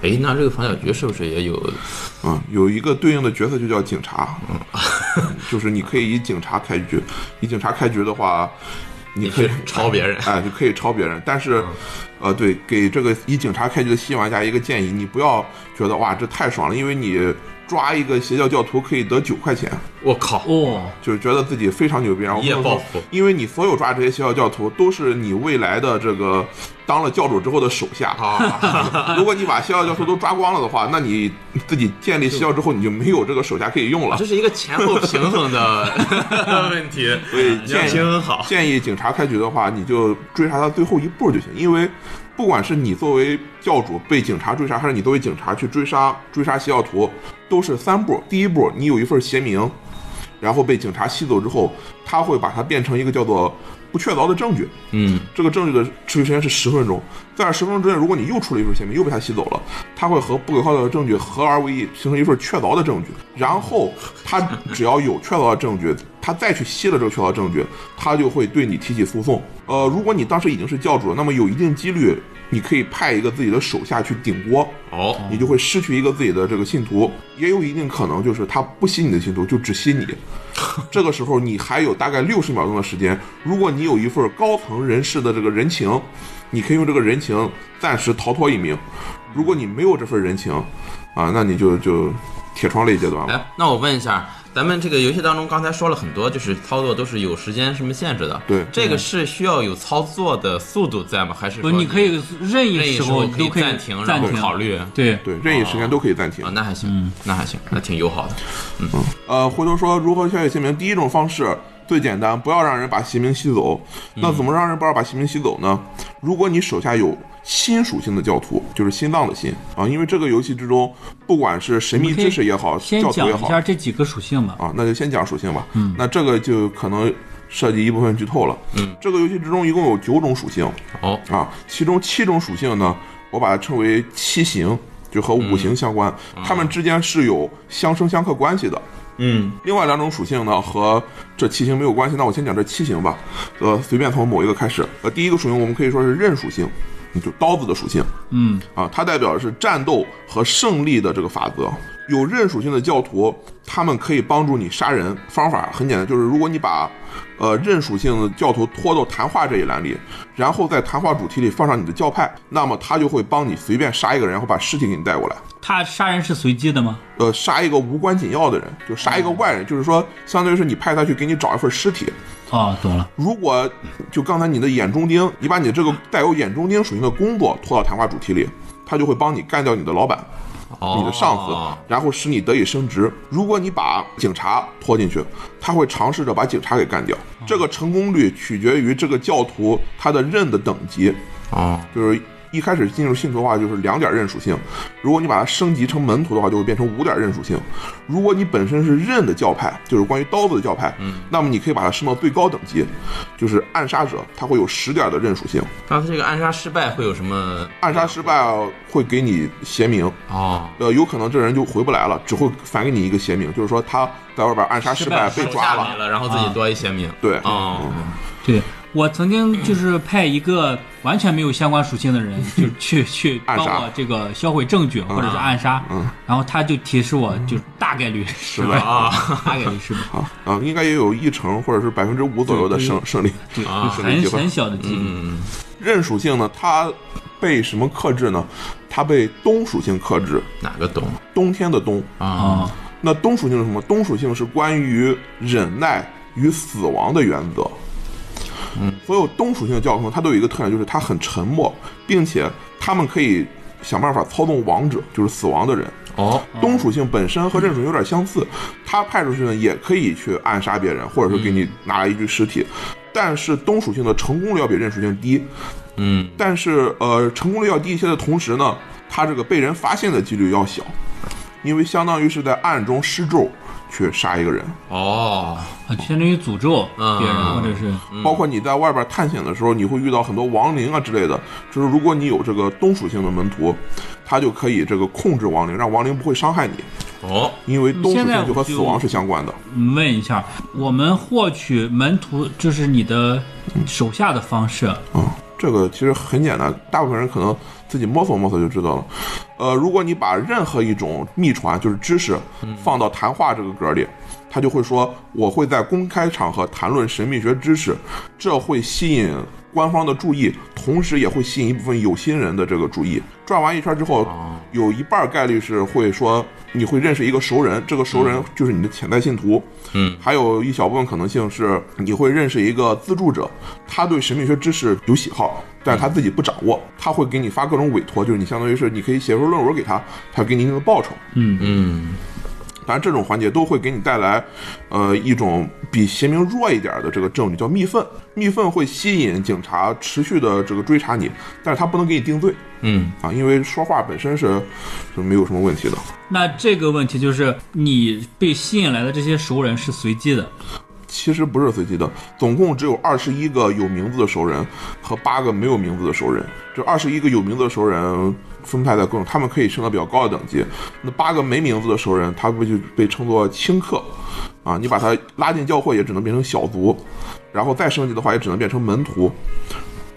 哎，那这个防小局是不是也有嗯，有一个对应的角色就叫警察，嗯， 就是你可以以警察开局，以警察开局的话，你你可以去抄别人？ 嗯哎，就可以抄别人。但是，呃，对，给这个以警察开局的新玩家一个建议，你不要觉得哇这太爽了，因为你抓一个邪教教徒可以得九块钱， 我 靠！哦，就是觉得自己非常牛逼，然后一夜不能暴说富因为你所有抓这些邪教教徒都是你未来的这个当了教主之后的手下。啊， 如果你把邪教教徒都抓光了的话，那你自己建立邪教之后，你就没有这个手下可以用了这。是一个前后 平衡 的问题，所以你要建平议衡好。建议警察开局的话，你就追查他最后一步就行，因为不管是你作为教主被警察追杀，还是你作为警察去追杀追杀邪教徒，都是三步。第一步，你有一份邪名，然后被警察吸走之后，他会把它变成一个叫做不确凿的证据。嗯，这个证据的持续时间是十分钟，在十分钟之内，如果你又出了一份邪名，又被他吸走了，他会和不可靠的证据合而为一，形成一份确凿的证据。然后他只要有确凿的证据，他再去吸了这个确凿证据，他就会对你提起诉讼。呃，如果你当时已经是教主了，那么有一定几率，你可以派一个自己的手下去顶锅，哦，你就会失去一个自己的这个信徒，也有一定可能就是他不吸你的信徒，就只吸你。这个时候你还有大概六十秒钟的时间，如果你有一份高层人士的这个人情，你可以用这个人情暂时逃脱一命；如果你没有这份人情，啊，那你就就铁窗泪阶段了。哎，那我问一下，咱们这个游戏当中刚才说了很多，就是操作都是有时间什么限制的。对这个是需要有操作的速度在吗？还是嗯不，说你可以任意任意时候候你都可可以暂停，然暂后停嗯考虑啊？对，对，任意时间都可以暂停。那还行，那还行，那挺友好的。呃，回头说如何消解邪名，第一种方式最简单，不要让人把邪名吸走。嗯那怎么让人不要把邪名吸走呢？如果你手下有心属性的教徒，就是心脏的心啊，因为这个游戏之中，不管是神秘知识也好，先教徒讲也一好下这几个属性吧。啊，那就先讲属性吧。嗯，那这个就可能涉及一部分剧透了。嗯，这个游戏之中一共有九种属性哦，啊，其中七种属性呢，我把它称为七行，就和五行相关，它们之间是有相生相克关系的。嗯，另外两种属性呢和这七行没有关系，那我先讲这七行吧，呃，随便从某一个开始。呃，第一个属性我们可以说是刃属性，嗯就刀子的属性嗯，啊，它代表的是战斗和胜利的这个法则。有刃属性的教徒，他们可以帮助你杀人。方法很简单，就是如果你把，呃，刃属性的教徒拖到谈话这一栏里，然后在谈话主题里放上你的教派，那么他就会帮你随便杀一个人，然后把尸体给你带过来。他杀人是随机的吗？呃，杀一个无关紧要的人，就杀一个外人，就是说，相当于是你派他去给你找一份尸体。哦，懂了。如果就刚才你的眼中钉，你把你这个带有眼中钉属性的工作拖到谈话主题里，他就会帮你干掉你的老板、哦，你的上司，然后使你得以升职。如果你把警察拖进去，他会尝试着把警察给干掉。这个成功率取决于这个教徒他的刃的等级。哦，就是一开始进入信徒的话，就是两点刃属性；如果你把它升级成门徒的话，就会变成五点刃属性；如果你本身是刃的教派，就是关于刀子的教派，那么你可以把它升到最高等级，就是暗杀者，它会有十点的刃属性。那这个暗杀失败会有什么？暗杀失败会给你邪名，哦，呃，有可能这人就回不来了，只会返给你一个邪名，就是说他在外边暗杀失败失败被抓手下没了。嗯了，然后啊自己多一些名。对，哦，对我曾经就是派一个完全没有相关属性的人，就去去暗帮杀我这个销毁证据或者是暗杀，然后他就提示我，就是大概率失败，啊大概率失败，啊啊、应该也有一成或者是百分之五左右的对胜胜利。对，就啊很很小的几率。嗯，刃属性呢，它被什么克制呢？它被冬属性克制，哪个懂冬天的冬。啊啊？那冬属性是什么？冬属性是关于忍耐与死亡的原则。嗯，所有冬属性的教徒它都有一个特点，就是它很沉默，并且他们可以想办法操纵亡者，就是死亡的人。哦冬属性本身和这属性有点相似，它派出去呢也可以去暗杀别人，或者是给你拿来一具尸体。但是冬属性的成功率要比刃属性低，嗯但是呃，成功率要低一些的同时呢，它这个被人发现的几率要小，因为相当于是在暗中施咒去杀一个人。哦啊相当于诅咒别人，嗯或者是包括你在外边探险的时候，你会遇到很多亡灵啊之类的。就是如果你有这个冬属性的门徒，他就可以这个控制亡灵，让亡灵不会伤害你，哦因为冬属现在性就和我死就亡是相关的。问一下，我们获取门徒就是你的手下的方式，啊，这个其实很简单，大部分人可能自己摸索摸索就知道了。呃，如果你把任何一种秘传，就是知识，放到谈话这个格里，他就会说我会在公开场合谈论神秘学知识，这会吸引官方的注意，同时也会吸引一部分有心人的这个注意。转完一圈之后，有一半概率是会说你会认识一个熟人，这个熟人就是你的潜在信徒。嗯，还有一小部分可能性是你会认识一个资助者，他对神秘学知识有喜好，但是他自己不掌握，他会给你发各种委托，就是你相当于是你可以写份论文给他，他给你一定的报酬。嗯，嗯当然，这种环节都会给你带来，呃，一种比邪名弱一点的这个证据，叫密愤。密愤会吸引警察持续的这个追查你，但是他不能给你定罪嗯啊，因为说话本身是是没有什么问题的。那这个问题就是你被吸引来的这些熟人是随机的，其实不是随机的，总共只有二十一个有名字的熟人和八个没有名字的熟人。这二十一个有名字的熟人分派在各种，他们可以升到比较高的等级。那八个没名字的熟人，他不就被称作清客啊？你把他拉进教会，也只能变成小卒，然后再升级的话，也只能变成门徒。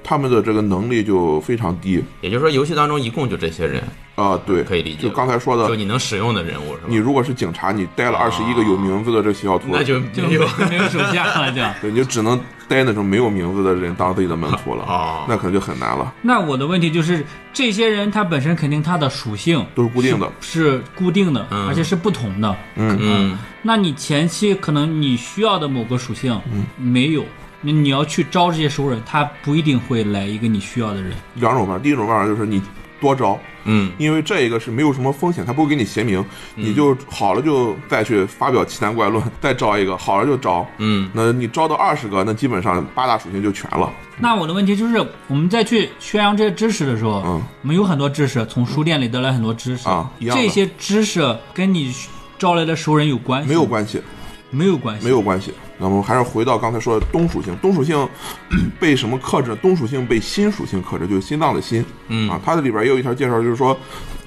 他们的这个能力就非常低也就是说，游戏当中一共就这些人，啊、对，可以理解就刚才说就的，你能使用的人物是吧？你如果是警察，你逮了二十一个有名字的这个小卒，那就哎就没没有有没有手下了 就。对，你就只能逮那种没有名字的人当自己的门徒了哦那可能就很难了，那我的问题就是，这些人他本身肯定他的属性都是固定的。是固定的，嗯而且是不同的。 嗯那你前期可能你需要的某个属性嗯没有，那你要去招这些熟人，他不一定会来一个你需要的人。两种办法，第一种办法就是你多招，嗯因为这个是没有什么风险，他不会给你邪名，你就好了就再去发表奇谈怪论，再招一个，好了就招。嗯那你招到二十个，那基本上八大属性就全了。那我的问题就是，我们在去宣扬这些知识的时候，嗯我们有很多知识，从书店里得来很多知识啊一样的这些知识跟你招来的熟人有关系？没有，关系，没有关系，没有关系。那么还是回到刚才说的冬属性，冬属性 被什么克制？冬属性被心属性克制，就是心脏的心。嗯啊，它的里边也有一条介绍，就是说，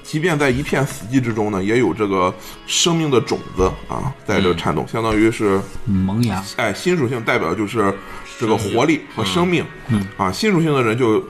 即便在一片死寂之中呢，也有这个生命的种子啊，在嗯这颤动，相当于是，萌芽。哎，新属性代表就是这个生命活力和生命，嗯啊，新属性的人就。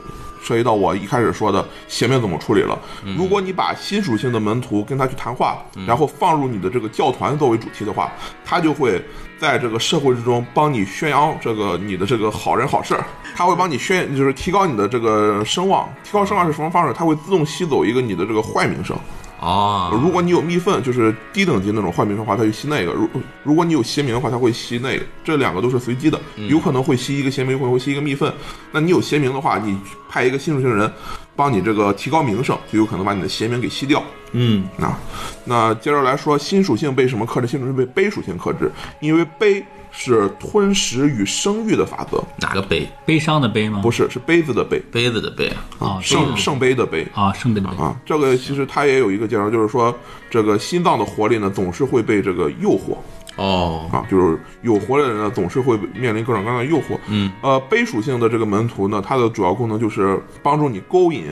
涉及到我一开始说的邪命怎么处理了。如果你把新属性的门徒跟他去谈话，然后放入你的这个教团作为主题的话，他就会在这个社会之中帮你宣扬这个你的这个好人好事儿，他会帮你宣，就是提高你的这个声望。提高声望是什么方式？他会自动吸走一个你的这个坏名声。哦，呃如果你有密愤，就是低等级那种坏名声的话，它就吸那个；如如果你有邪名的话，它会吸那个。这两个都是随机的，有可能会吸一个邪名，有可能会吸一个密愤。那你有邪名的话，你派一个新属性人帮你这个提高名声，就有可能把你的邪名给吸掉。嗯啊，那接着来说，新属性被什么克制？新属性被悲属性克制，因为悲是吞食与生育的法则，哪个杯悲伤的悲吗？不是是是杯子的杯杯子的杯啊，这圣个圣杯的杯。啊，圣杯的杯。啊，这个其实它也有一个介绍，就是说这个心脏的活力呢，总是会被这个诱惑哦啊，就是有活力的人呢，总是会面临各种各样的诱惑。嗯，呃，悲属性的这个门徒呢，它的主要功能就是帮助你勾引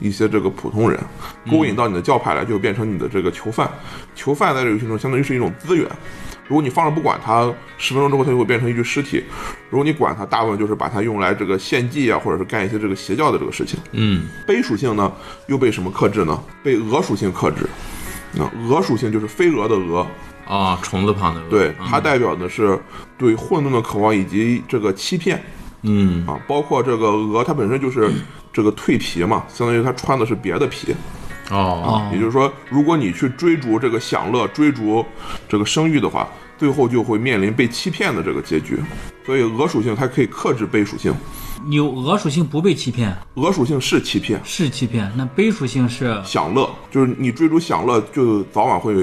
一些这个普通人，勾引到你的教派来，就变成你的这个囚犯。囚犯在这个游戏中相当于是一种资源。如果你放着不管它，十分钟之后它就会变成一具尸体；如果你管它，大部分就是把它用来这个献祭啊，或者是干一些这个邪教的这个事情。嗯悲属性呢，又被什么克制呢？被鹅属性克制。啊，鹅属性就是飞蛾的蛾，哦，虫子旁的鹅对，它嗯代表的是对混沌的渴望以及这个欺骗嗯啊，包括这个鹅它本身就是这个蜕皮嘛，相当于它穿的是别的皮，哦，也就是说，如果你去追逐这个享乐、追逐这个声誉的话，最后就会面临被欺骗的这个结局。所以鹅属性它可以克制悲属性，你有鹅属性不被欺骗鹅属性是欺骗，是欺骗，那悲属性是享乐就是你追逐享乐，就早晚会有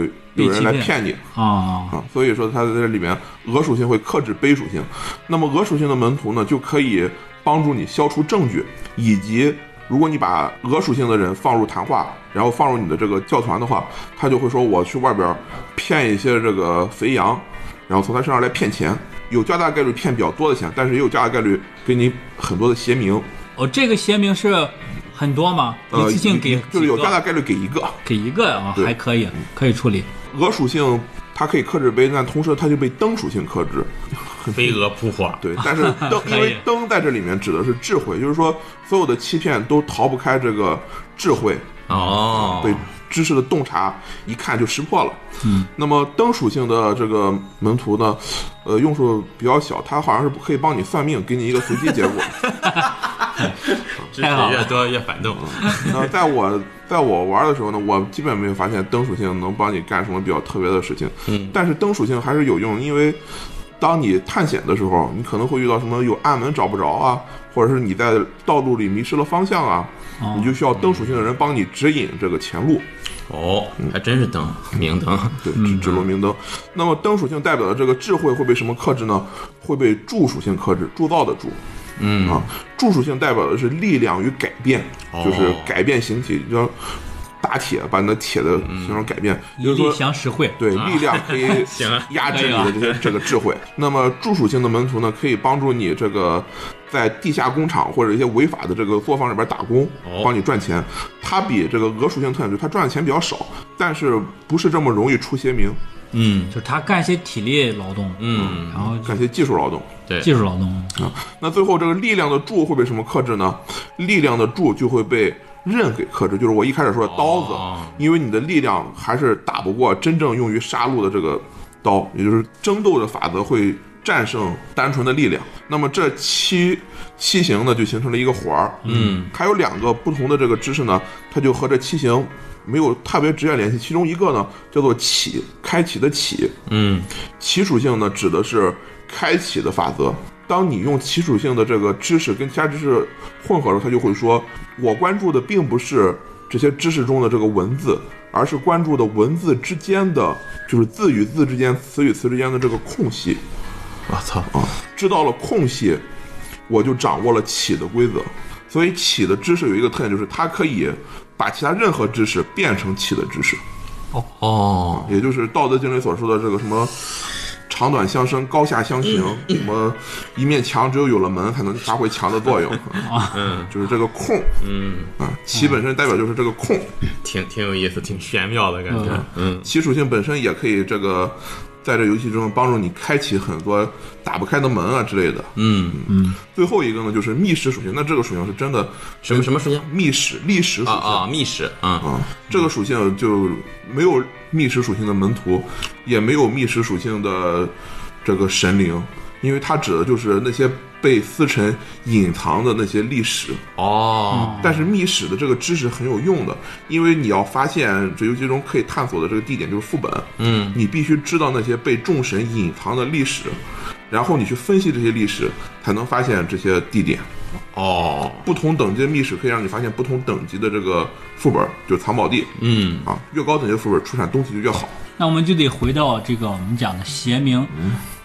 人来被欺骗骗你。啊啊，所以说它在这里面，鹅属性会克制悲属性。那么鹅属性的门徒呢，就可以帮助你消除证据，以及如果你把鹅属性的人放入谈话，然后放入你的这个教团的话，他就会说我去外边骗一些这个肥羊，然后从他身上来骗钱，有较大概率骗比较多的钱，但是也有较大概率给你很多的邪名，哦，这个邪名是很多吗？呃，一次性给一就是有几较大个概率给一个。给一个啊，对嗯还可以，可以处理。鹅属性它可以克制悲，但同时它就被灯属性克制。哦飞蛾扑火，对，但是灯，可以因为灯在这里面指的是智慧，就是说所有的欺骗都逃不开这个智慧哦，对知识的洞察，一看就识破了。嗯，那么灯属性的这个门徒呢，呃，用处比较小，它好像是可以帮你算命，给你一个随机结果。知太好识了越多越反动， 那啊在我在我玩的时候呢，我基本没有发现灯属性能帮你干什么比较特别的事情。嗯，但是灯属性还是有用，因为当你探险的时候，你可能会遇到什么有暗门找不着啊，或者是你在道路里迷失了方向啊，哦你就需要灯属性的人帮你指引这个前路，哦，还真是灯明 灯，对，指指路明灯。那么灯属性代表的这个智慧会被什么克制呢？会被柱属性克制，铸造的柱。嗯啊，柱属性代表的是力量与改变，哦就是改变形体，就像打铁把你的铁的形状改变，嗯一也就是力说。降十会，对，力量可以啊 行啊压制可以你了的这些这个智慧。那么助属性的门徒呢，可以帮助你这个在地下工厂或者一些违法的这个作坊里边打工哦，帮你赚钱。它比这个俄属性特点就是它赚的钱比较少，但是不是这么容易出邪名，嗯就是他干一些体力劳动，嗯，然后干些技术劳动。对，技术劳动，啊那最后这个力量的柱会被什么克制呢？力量的柱就会被刃给克制，就是我一开始说的刀子，哦因为你的力量还是打不过真正用于杀戮的这个刀，也就是争斗的法则会战胜单纯的力量。那么这七七行呢，就形成了一个环儿，嗯，它有两个不同的这个知识呢，它就和这七行。没有特别直接联系，其中一个呢叫做启，开启的启，嗯起属性呢指的是开启的法则。当你用起属性的这个知识跟其他知识混合的时候，它就会说，我关注的并不是这些知识中的这个文字，而是关注的文字之间的，就是字与字之间、词与词之间的这个空隙。我啊操，知道了空隙，我就掌握了起的规则。所以起的知识有一个特点，就是它可以把其他任何知识变成起的知识。哦，也就是《道德经》里所说的这个什么“长短相生，高下嗯相形”，什么一面墙只有有了门才能发挥墙的作用，嗯，就是这个空嗯，啊，其本身代表就是这个空，挺挺有意思，挺玄妙的感觉，嗯其属性本身也可以这个在这游戏中帮助你开启很多打不开的门啊之类的。嗯，最后一个呢，就是密室属性，那这个属性是真的什么什么时间？密室历史属啊性啊，密室，嗯，啊，这个属性就没有觅食属性的门徒，也没有觅食属性的这个神灵，因为它指的就是那些被思尘隐藏的那些历史。哦，但是密史的这个知识很有用的，因为你要发现这游戏中可以探索的这个地点就是副本，嗯，你必须知道那些被众神隐藏的历史，然后你去分析这些历史，才能发现这些地点。哦，不同等级的密史可以让你发现不同等级的这个副本，就是藏宝地。嗯，啊，越高等级的副本出产东西就越好。那我们就得回到这个我们讲的邪名，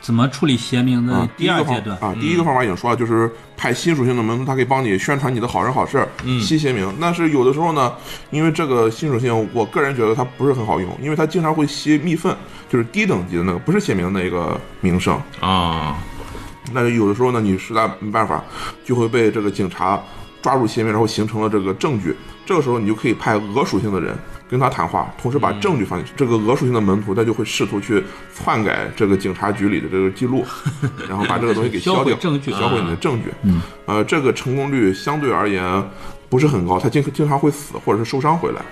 怎么处理邪名的嗯啊，第一二个方阶段。嗯啊，第一个方法已经说了，就是派新属性的门徒，他可以帮你宣传你的好人好事，嗯，吸邪名。但是有的时候呢，因为这个新属性，我个人觉得它不是很好用，因为它经常会吸蜜粪，就是低等级的那个，不是邪名的那个名声。啊，那有的时候呢，你实在没办法，就会被这个警察抓住邪名，然后形成了这个证据。这个时候，你就可以派俄属性的人跟他谈话，同时把证据放进去。这个俄属性的门徒，他就会试图去篡改这个警察局里的这个记录，然后把这个东西给消销毁掉，证据销毁你的证据。嗯，呃，这个成功率相对而言。不是很高，他经经常会死或者是受伤回来，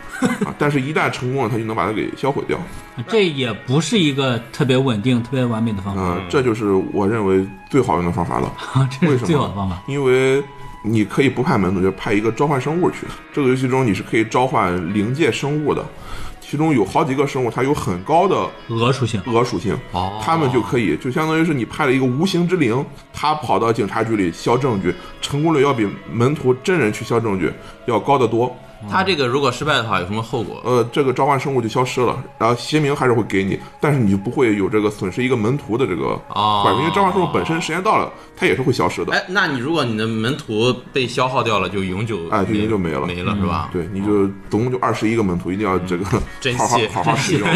啊，但是一旦成功了，他就能把它给销毁掉。这也不是一个特别稳定、特别啊完美的方法，嗯、这就是我认为最好用的方法了。 这为是什么？最好的方法。因为你可以不派门徒，就派一个召唤生物去。这个游戏中你是可以召唤灵界生物的，其中有好几个生物，它有很高的鹅属性，鹅属性，哦他们就可以就相当于是你派了一个无形之灵，他跑到警察局里销证据，成功率要比门徒真人去销证据要高得多。他这个如果失败的话，有什么后果？呃，这个召唤生物就消失了，然后邪名还是会给你，但是你就不会有这个损失一个门徒的这个哦怪，因为召唤生物本身时间到了，它也是会消失的。哎，那你如果你的门徒被消耗掉了，就永久哎就永久没了没了是吧？嗯对，你就总共就二十一个门徒，一定要这个珍好好惜好好使用。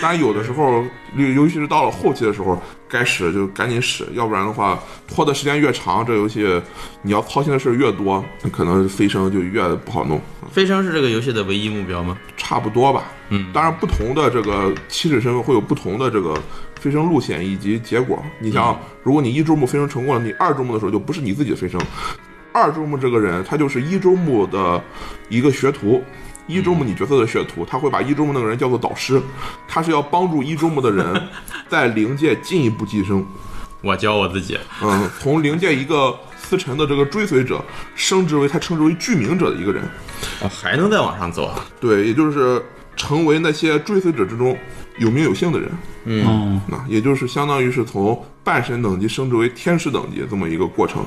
当然，有的时候，尤尤其是到了后期的时候，该使就赶紧使，要不然的话，拖的时间越长，这游戏你要操心的事儿越多，可能飞升就越不好弄。飞升是这个游戏的唯一目标吗？差不多吧。嗯，当然，不同的这个起始身份会有不同的这个飞升路线以及结果。你像，如果你一周目飞升成功了，你二周目的时候就不是你自己的飞升。二周目这个人，他就是一周目的一个学徒。一周目你角色的学徒，他会把一周目那个人叫做导师，他是要帮助一周目的人在灵界进一步晋升。我教我自己。嗯，从灵界一个司晨的这个追随者，升职为他称之为具名者的一个人。还能再往上走啊？对，也就是成为那些追随者之中有名有姓的人，嗯，那也就是相当于是从半神等级升职为天使等级这么一个过程。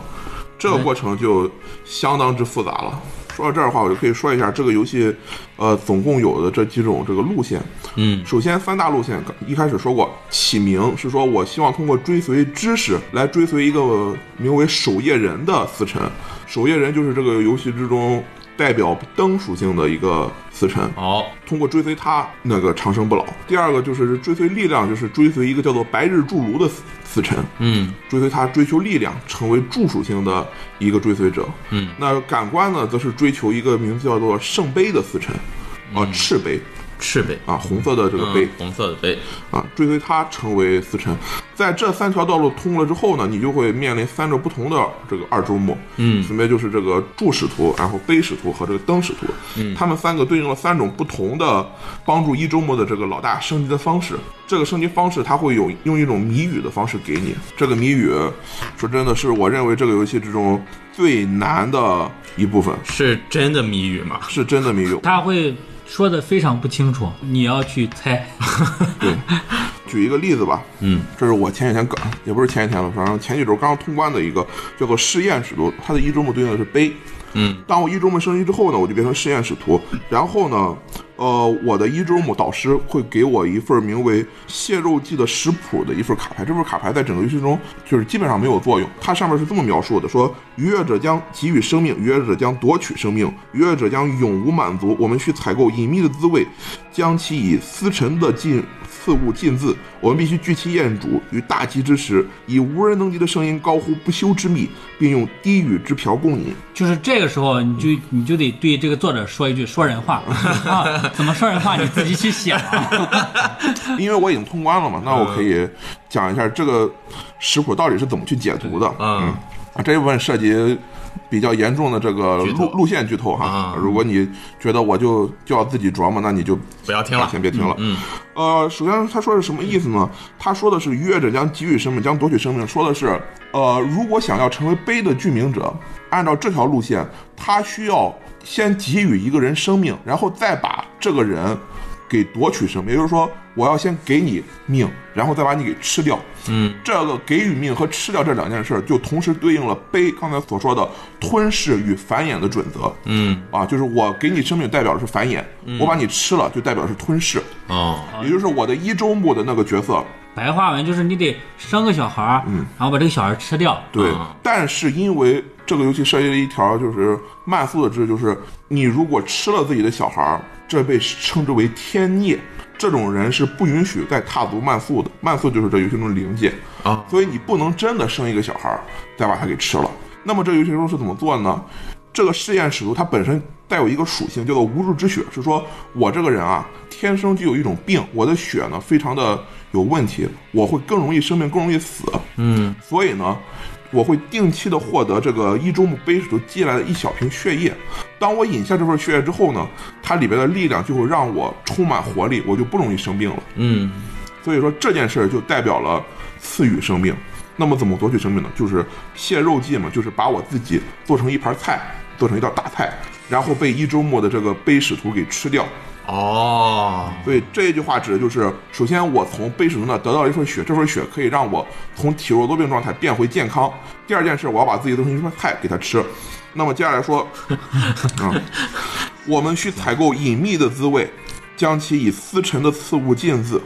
这个过程就相当之复杂了。说到这儿的话，我就可以说一下这个游戏，呃，总共有的这几种这个路线。嗯，首先三大路线，一开始说过，起名是说我希望通过追随知识来追随一个名为守夜人的司辰。守夜人就是这个游戏之中代表灯属性的一个司辰。好，通过追随他那个长生不老。第二个就是追随力量，就是追随一个叫做白日筑炉的死死神，嗯追随他追求力量，成为助属性的一个追随者。嗯，那感官呢，则是追求一个名字叫做圣杯的死神，啊、嗯赤杯赤杯，啊，红色的这个杯、嗯，红色的杯，啊，追随他成为司辰。在这三条道路通了之后呢，你就会面临三种不同的这个二周目，嗯分别就是这个柱使徒，然后杯使徒和这个灯使徒，嗯，他们三个对应了三种不同的帮助一周目的这个老大升级的方式。这个升级方式它会有用一种谜语的方式给你，这个谜语说真的是我认为这个游戏之中最难的一部分，是真的谜语吗？是真的谜语。他会说的非常不清楚，你要去猜。举一个例子吧，嗯，这是我前几天刚，也不是前几天了，反正前几周刚刚通关的一个叫做试验使徒，它的一周目对应的是杯。嗯，当我一周目升级之后呢，我就变成试验使徒。然后呢，呃，我的一周目导师会给我一份名为《蟹肉记》的食谱的一份卡牌，这份卡牌在整个游戏中就是基本上没有作用。它上面是这么描述的：说逾越者将给予生命，逾越者将夺取生命，逾越者将永无满足。我们去采购隐秘的滋味，将其以司晨的禁四物禁字，我们必须据其宴主，于大吉之时，以无人能及的声音高呼不休之密，并用低语之瓢供饮。就是这个时候，你就你就得对这个作者说一句说人话啊，怎么说人话你自己去想啊。 因为我已经通关了嘛，那我可以嗯讲一下这个食谱到底是怎么去解读的。嗯啊，这一部分涉及比较严重的这个剧透路路线剧透哈啊。如果你觉得我就就要自己琢磨，那你就不要听了先别听了。嗯，呃，首先他说的是什么意思呢？他说的是逾越者将给予生命，将夺取生命，说的是，呃，如果想要成为杯的居民者，按照这条路线，他需要先给予一个人生命，然后再把这个人给夺取生命，也就是说，我要先给你命，然后再把你给吃掉。嗯，这个给予命和吃掉这两件事儿，就同时对应了杯刚才所说的吞噬与繁衍的准则。嗯啊，就是我给你生命代表的是繁衍，我把你吃了就代表是吞噬。哦，也就是我的一周目的那个角色，白话文就是你得生个小孩儿，然后把这个小孩儿吃掉。对。啊但是因为这个游戏设计了一条就是慢速的制，就是你如果吃了自己的小孩儿，这被称之为天孽，这种人是不允许再踏足慢速的。慢速就是这游戏中的灵界，啊所以你不能真的生一个小孩儿再把他给吃了。那么这游戏中是怎么做的呢？这个试验使徒它本身带有一个属性叫做无助之血，是说我这个人啊，天生就有一种病，我的血呢非常的有问题，我会更容易生病，更容易死。嗯所以呢，我会定期的获得这个一周目杯使徒寄来的一小瓶血液。当我饮下这份血液之后呢，它里边的力量就会让我充满活力，我就不容易生病了。嗯所以说这件事儿就代表了赐予生命。那么怎么夺取生命呢？就是蟹肉计嘛，就是把我自己做成一盘菜，做成一道大菜，然后被一周目的这个背使徒给吃掉。哦，所以这一句话指的就是，首先我从背使徒那得到一份血，这份血可以让我从体弱多病状态变回健康。第二件事，我要把自己做成一份菜给他吃。那么接下来说，嗯，我们需采购隐秘的滋味，将其以丝沉的刺物浸渍。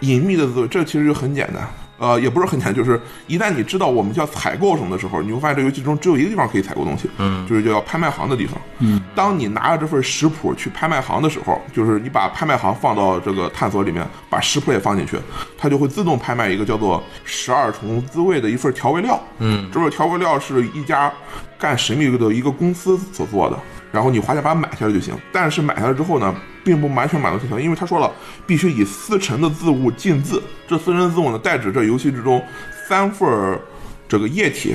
隐秘的滋味，这其实就很简单。呃，也不是很简单，就是一旦你知道我们要采购什么的时候，你会发现这个游戏中只有一个地方可以采购东西，嗯，就是叫拍卖行的地方。嗯，当你拿着这份食谱去拍卖行的时候，就是你把拍卖行放到这个探索里面，把食谱也放进去，它就会自动拍卖一个叫做“十二重滋味”的一份调味料。嗯，这份调味料是一家干神秘的一个公司所做的，然后你花钱把它买下来就行。但是买下来之后呢，并不完全满足这条，因为他说了，必须以丝沉的字物浸渍。这丝沉字物呢，代指这游戏之中三份儿这个液体，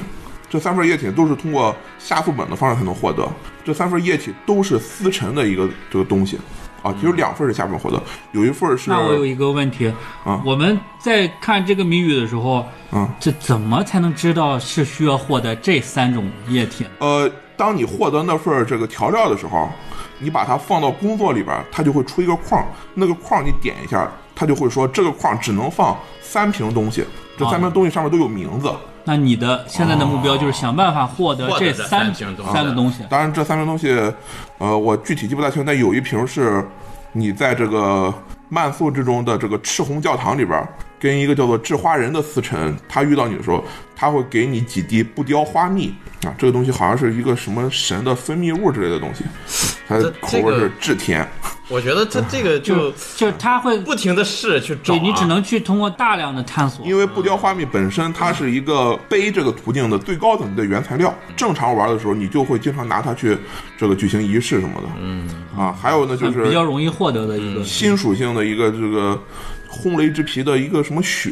这三份液体都是通过下副本的方式才能获得。这三份液体都是丝沉的一个这个东西。啊，只有两份是下部分获得，有一份是那我有一个问题，啊我们在看这个谜语的时候，嗯这怎么才能知道是需要获得这三种液体呢？呃，当你获得那份儿这个调料的时候，你把它放到工作里边儿，它就会出一个框，那个框你点一下，它就会说这个框只能放三瓶东西，这三瓶东西上面都有名字。那你的现在的目标就是想办法获得获得这这三三瓶东西三个东西。当然，这三瓶东西，呃，我具体记不大清，但有一瓶是你在这个慢速之中的这个赤红教堂里边儿，跟一个叫做制花人的司晨，他遇到你的时候，他会给你几滴不雕花蜜啊，这个东西好像是一个什么神的分泌物之类的东西，它的口这味个是至甜。我觉得他啊这个就就是他会，不停的试去找啊、对你只能去通过大量的探索。因为不雕花蜜本身它是一个杯这个途径的最高等的原材料，正常玩的时候你就会经常拿它去这个举行仪式什么的。嗯，啊，还有呢就是比较容易获得的嗯一个，新属性的一个这个轰雷之皮的一个什么血，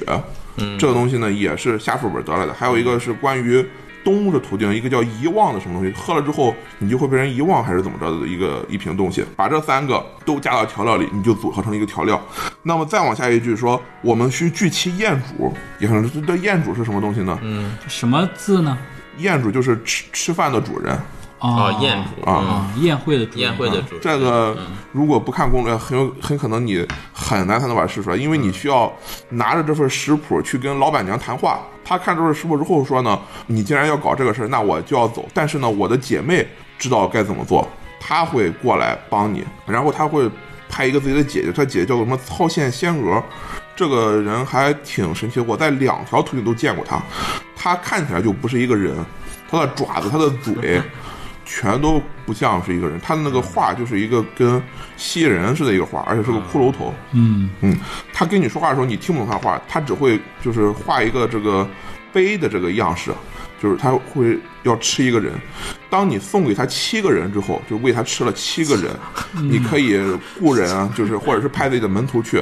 这个东西呢也是下副本得来的。还有一个是关于东的途径，一个叫遗忘的什么东西，喝了之后你就会被人遗忘还是怎么着的一个一瓶东西。把这三个都加到调料里，你就组合成一个调料。那么再往下一句说，我们需聚其宴主，也很这这宴主是什么东西呢？什么字呢？宴主就是吃吃饭的主人。啊哦，宴谱啊，啊啊，宴会的主嗯宴会的主嗯这个如果不看攻略，很有很可能你很难才能把它试出来，因为你需要拿着这份食谱去跟老板娘谈话。她看这份食谱之后说呢，你既然要搞这个事儿，那我就要走。但是呢，我的姐妹知道该怎么做，她会过来帮你，然后她会派一个自己的姐姐，她姐姐叫做什么操线仙娥。这个人还挺神奇的，我在两条途径都见过她。她看起来就不是一个人，她的爪子、她的嘴，全都不像是一个人，他的那个画就是一个跟蜥蜴人似的一个画，而且是个骷髅头。嗯，嗯，他跟你说话的时候，你听不懂他话，他只会就是画一个这个杯的这个样式，就是他会要吃一个人。当你送给他七个人之后，就喂他吃了七个人，你可以雇人啊，就是或者是派自己的门徒去。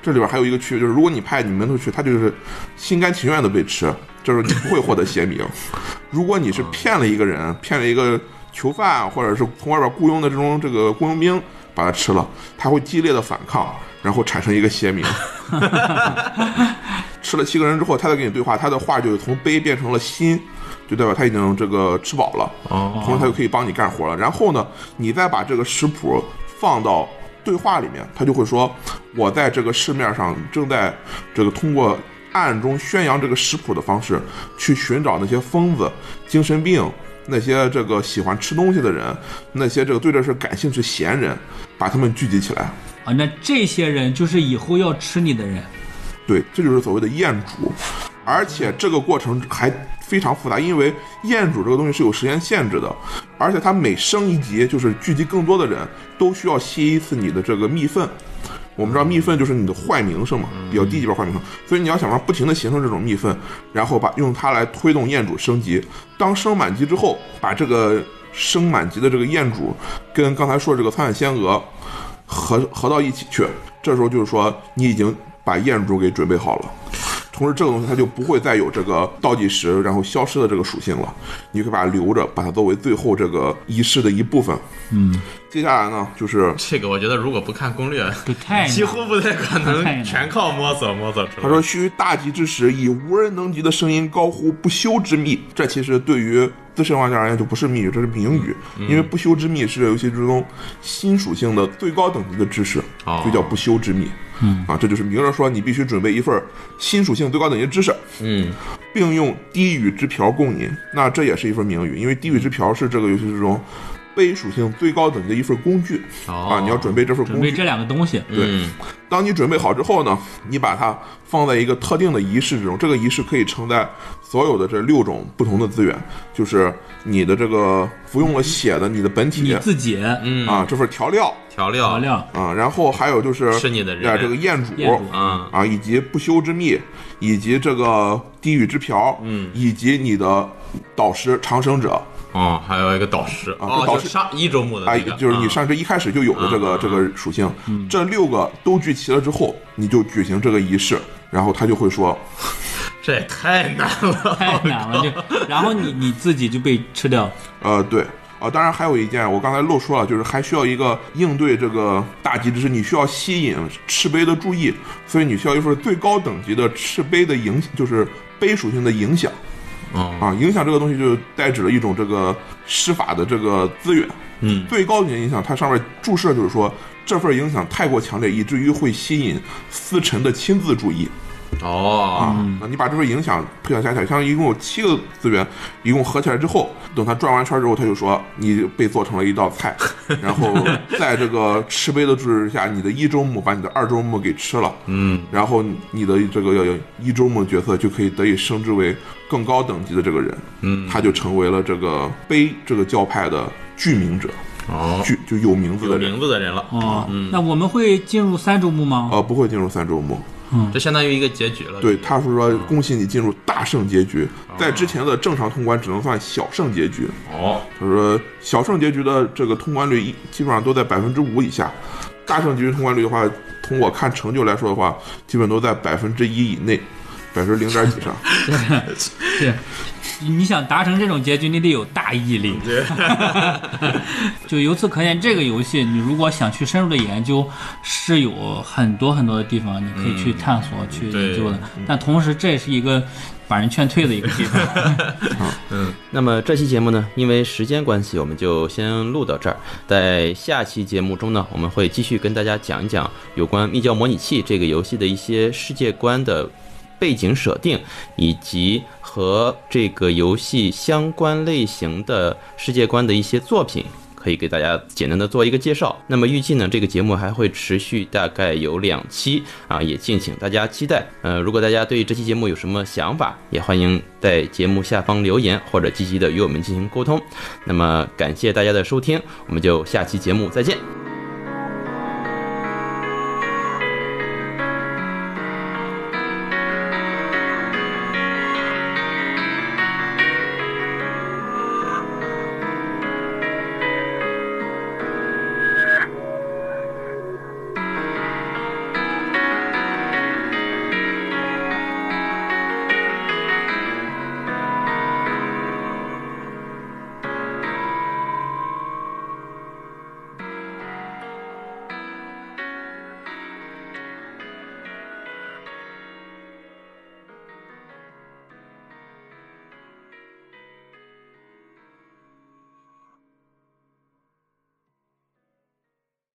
这里边还有一个区别就是，如果你派你门徒去，他就是心甘情愿的被吃，这时候你不会获得邪名。如果你是骗了一个人，骗了一个囚犯，或者是从外边雇佣的这种这个雇佣兵，把他吃了，他会激烈的反抗，然后产生一个邪名。吃了七个人之后，他再跟你对话，他的话就从悲变成了心，就代表他已经这个吃饱了。哦，同时它就可以帮你干活了。然后呢，你再把这个食谱放到对话里面，它就会说，我在这个市面上正在这个通过暗中宣扬这个食谱的方式，去寻找那些疯子、精神病。那些这个喜欢吃东西的人，那些这个对这事感兴趣闲人，把他们聚集起来。啊，那这些人就是以后要吃你的人。对，这就是所谓的宴主，而且这个过程还非常复杂，因为宴主这个东西是有时间限制的，而且它每升一级，就是聚集更多的人，都需要吸一次你的这个蜜粪。我们知道蜜粪就是你的坏名声嘛，比较低级别坏名声，所以你要想办法不停的形成这种蜜粪，然后把用它来推动宴主升级。当升满级之后，把这个升满级的这个宴主跟刚才说的这个苍眼仙娥合合到一起去。这时候就是说，你已经把宴主给准备好了。同时这个东西它就不会再有这个倒计时然后消失的这个属性了，你可以把它留着，把它作为最后这个仪式的一部分。嗯，接下来呢，就是这个我觉得如果不看攻略，啊这太几乎不太可太难能，了全靠摸索摸索出来。他说：“须于大吉之时，以无人能及的声音高呼‘不休之密’。”这其实对于资深玩家而言就不是密语，这是名语，嗯因为“不休之密”是这游戏之中新属性的最高等级的知识，哦就叫“不休之密”。嗯啊，这就是明着说，你必须准备一份新属性最高等级的知识，嗯，并用低语之瓢供饮。那这也是一份名语，因为低语之瓢是这个游戏之中非属性最高等级的一份工具、哦啊，你要准备这份准工具备。这两个东西，对嗯当你准备好之后呢，你把它放在一个特定的仪式之中，这个仪式可以承载所有的这六种不同的资源，就是你的这个服用了血的你的本你体自己嗯啊，这份调料调料调料，啊，然后还有就是吃你的人啊这个彦主彦祖啊啊，以及不修之秘，以及这个地狱之瓢，嗯，以及你的导师长生者哦，还有一个导师啊哦，导就师上一周目的啊那个，，嗯就是你啊上这一开始就有的这个、啊这个属性，这六个都聚齐了之后，你就举行这个仪式，然后他就会说。这也太难了，太难了，就然后你你自己就被吃掉，呃，对。啊，当然还有一件我刚才漏说了，就是还需要一个应对这个大吉之时，你需要吸引赤杯的注意，所以你需要一份最高等级的赤杯的影，就是杯属性的影响哦，啊。影响这个东西就代指了一种这个施法的这个资源，嗯最高级的影响，它上面注释就是说这份影响太过强烈，以至于会吸引司臣的亲自注意。哦，啊，那你把这份影响配合加起来，相当于一共有七个资源，一共合起来之后，等他转完圈之后，他就说你被做成了一道 菜，然后在这个吃杯的注视下，你的一周目把你的二周目给吃了，嗯然后你的这个一周目角色就可以得以升职为更高等级的这个人，嗯，他就成为了这个杯这个教派的具名者，哦，具就有名字有的人名，字的人了，哦，那我们会进入三周目吗？呃，不会进入三周目。这相当于一个结局了。对，他是说恭喜你进入大胜结局，在之前的正常通关只能算小胜结局。哦，他说小胜结局的这个通关率一基本上都在百分之五以下，大胜结局通关率的话，从我看成就来说的话，基本都在百分之一以内，百分之零点几上。是，你想达成这种结局，你得有大毅力。 就由此可见，这个游戏你如果想去深入的研究，是有很多很多的地方你可以去探索、去研究的。但同时，这也是一个把人劝退的一个地方。那么这期节目呢，因为时间关系，我们就先录到这儿。在下期节目中呢，我们会继续跟大家讲一讲有关《密教模拟器》这个游戏的一些世界观的背景设定，以及和这个游戏相关类型的世界观的一些作品。可以给大家简单的做一个介绍。那么预计呢，这个节目还会持续大概有两期啊，也敬请大家期待。呃，如果大家对这期节目有什么想法，也欢迎在节目下方留言，或者积极的与我们进行沟通。那么感谢大家的收听，我们就下期节目再见，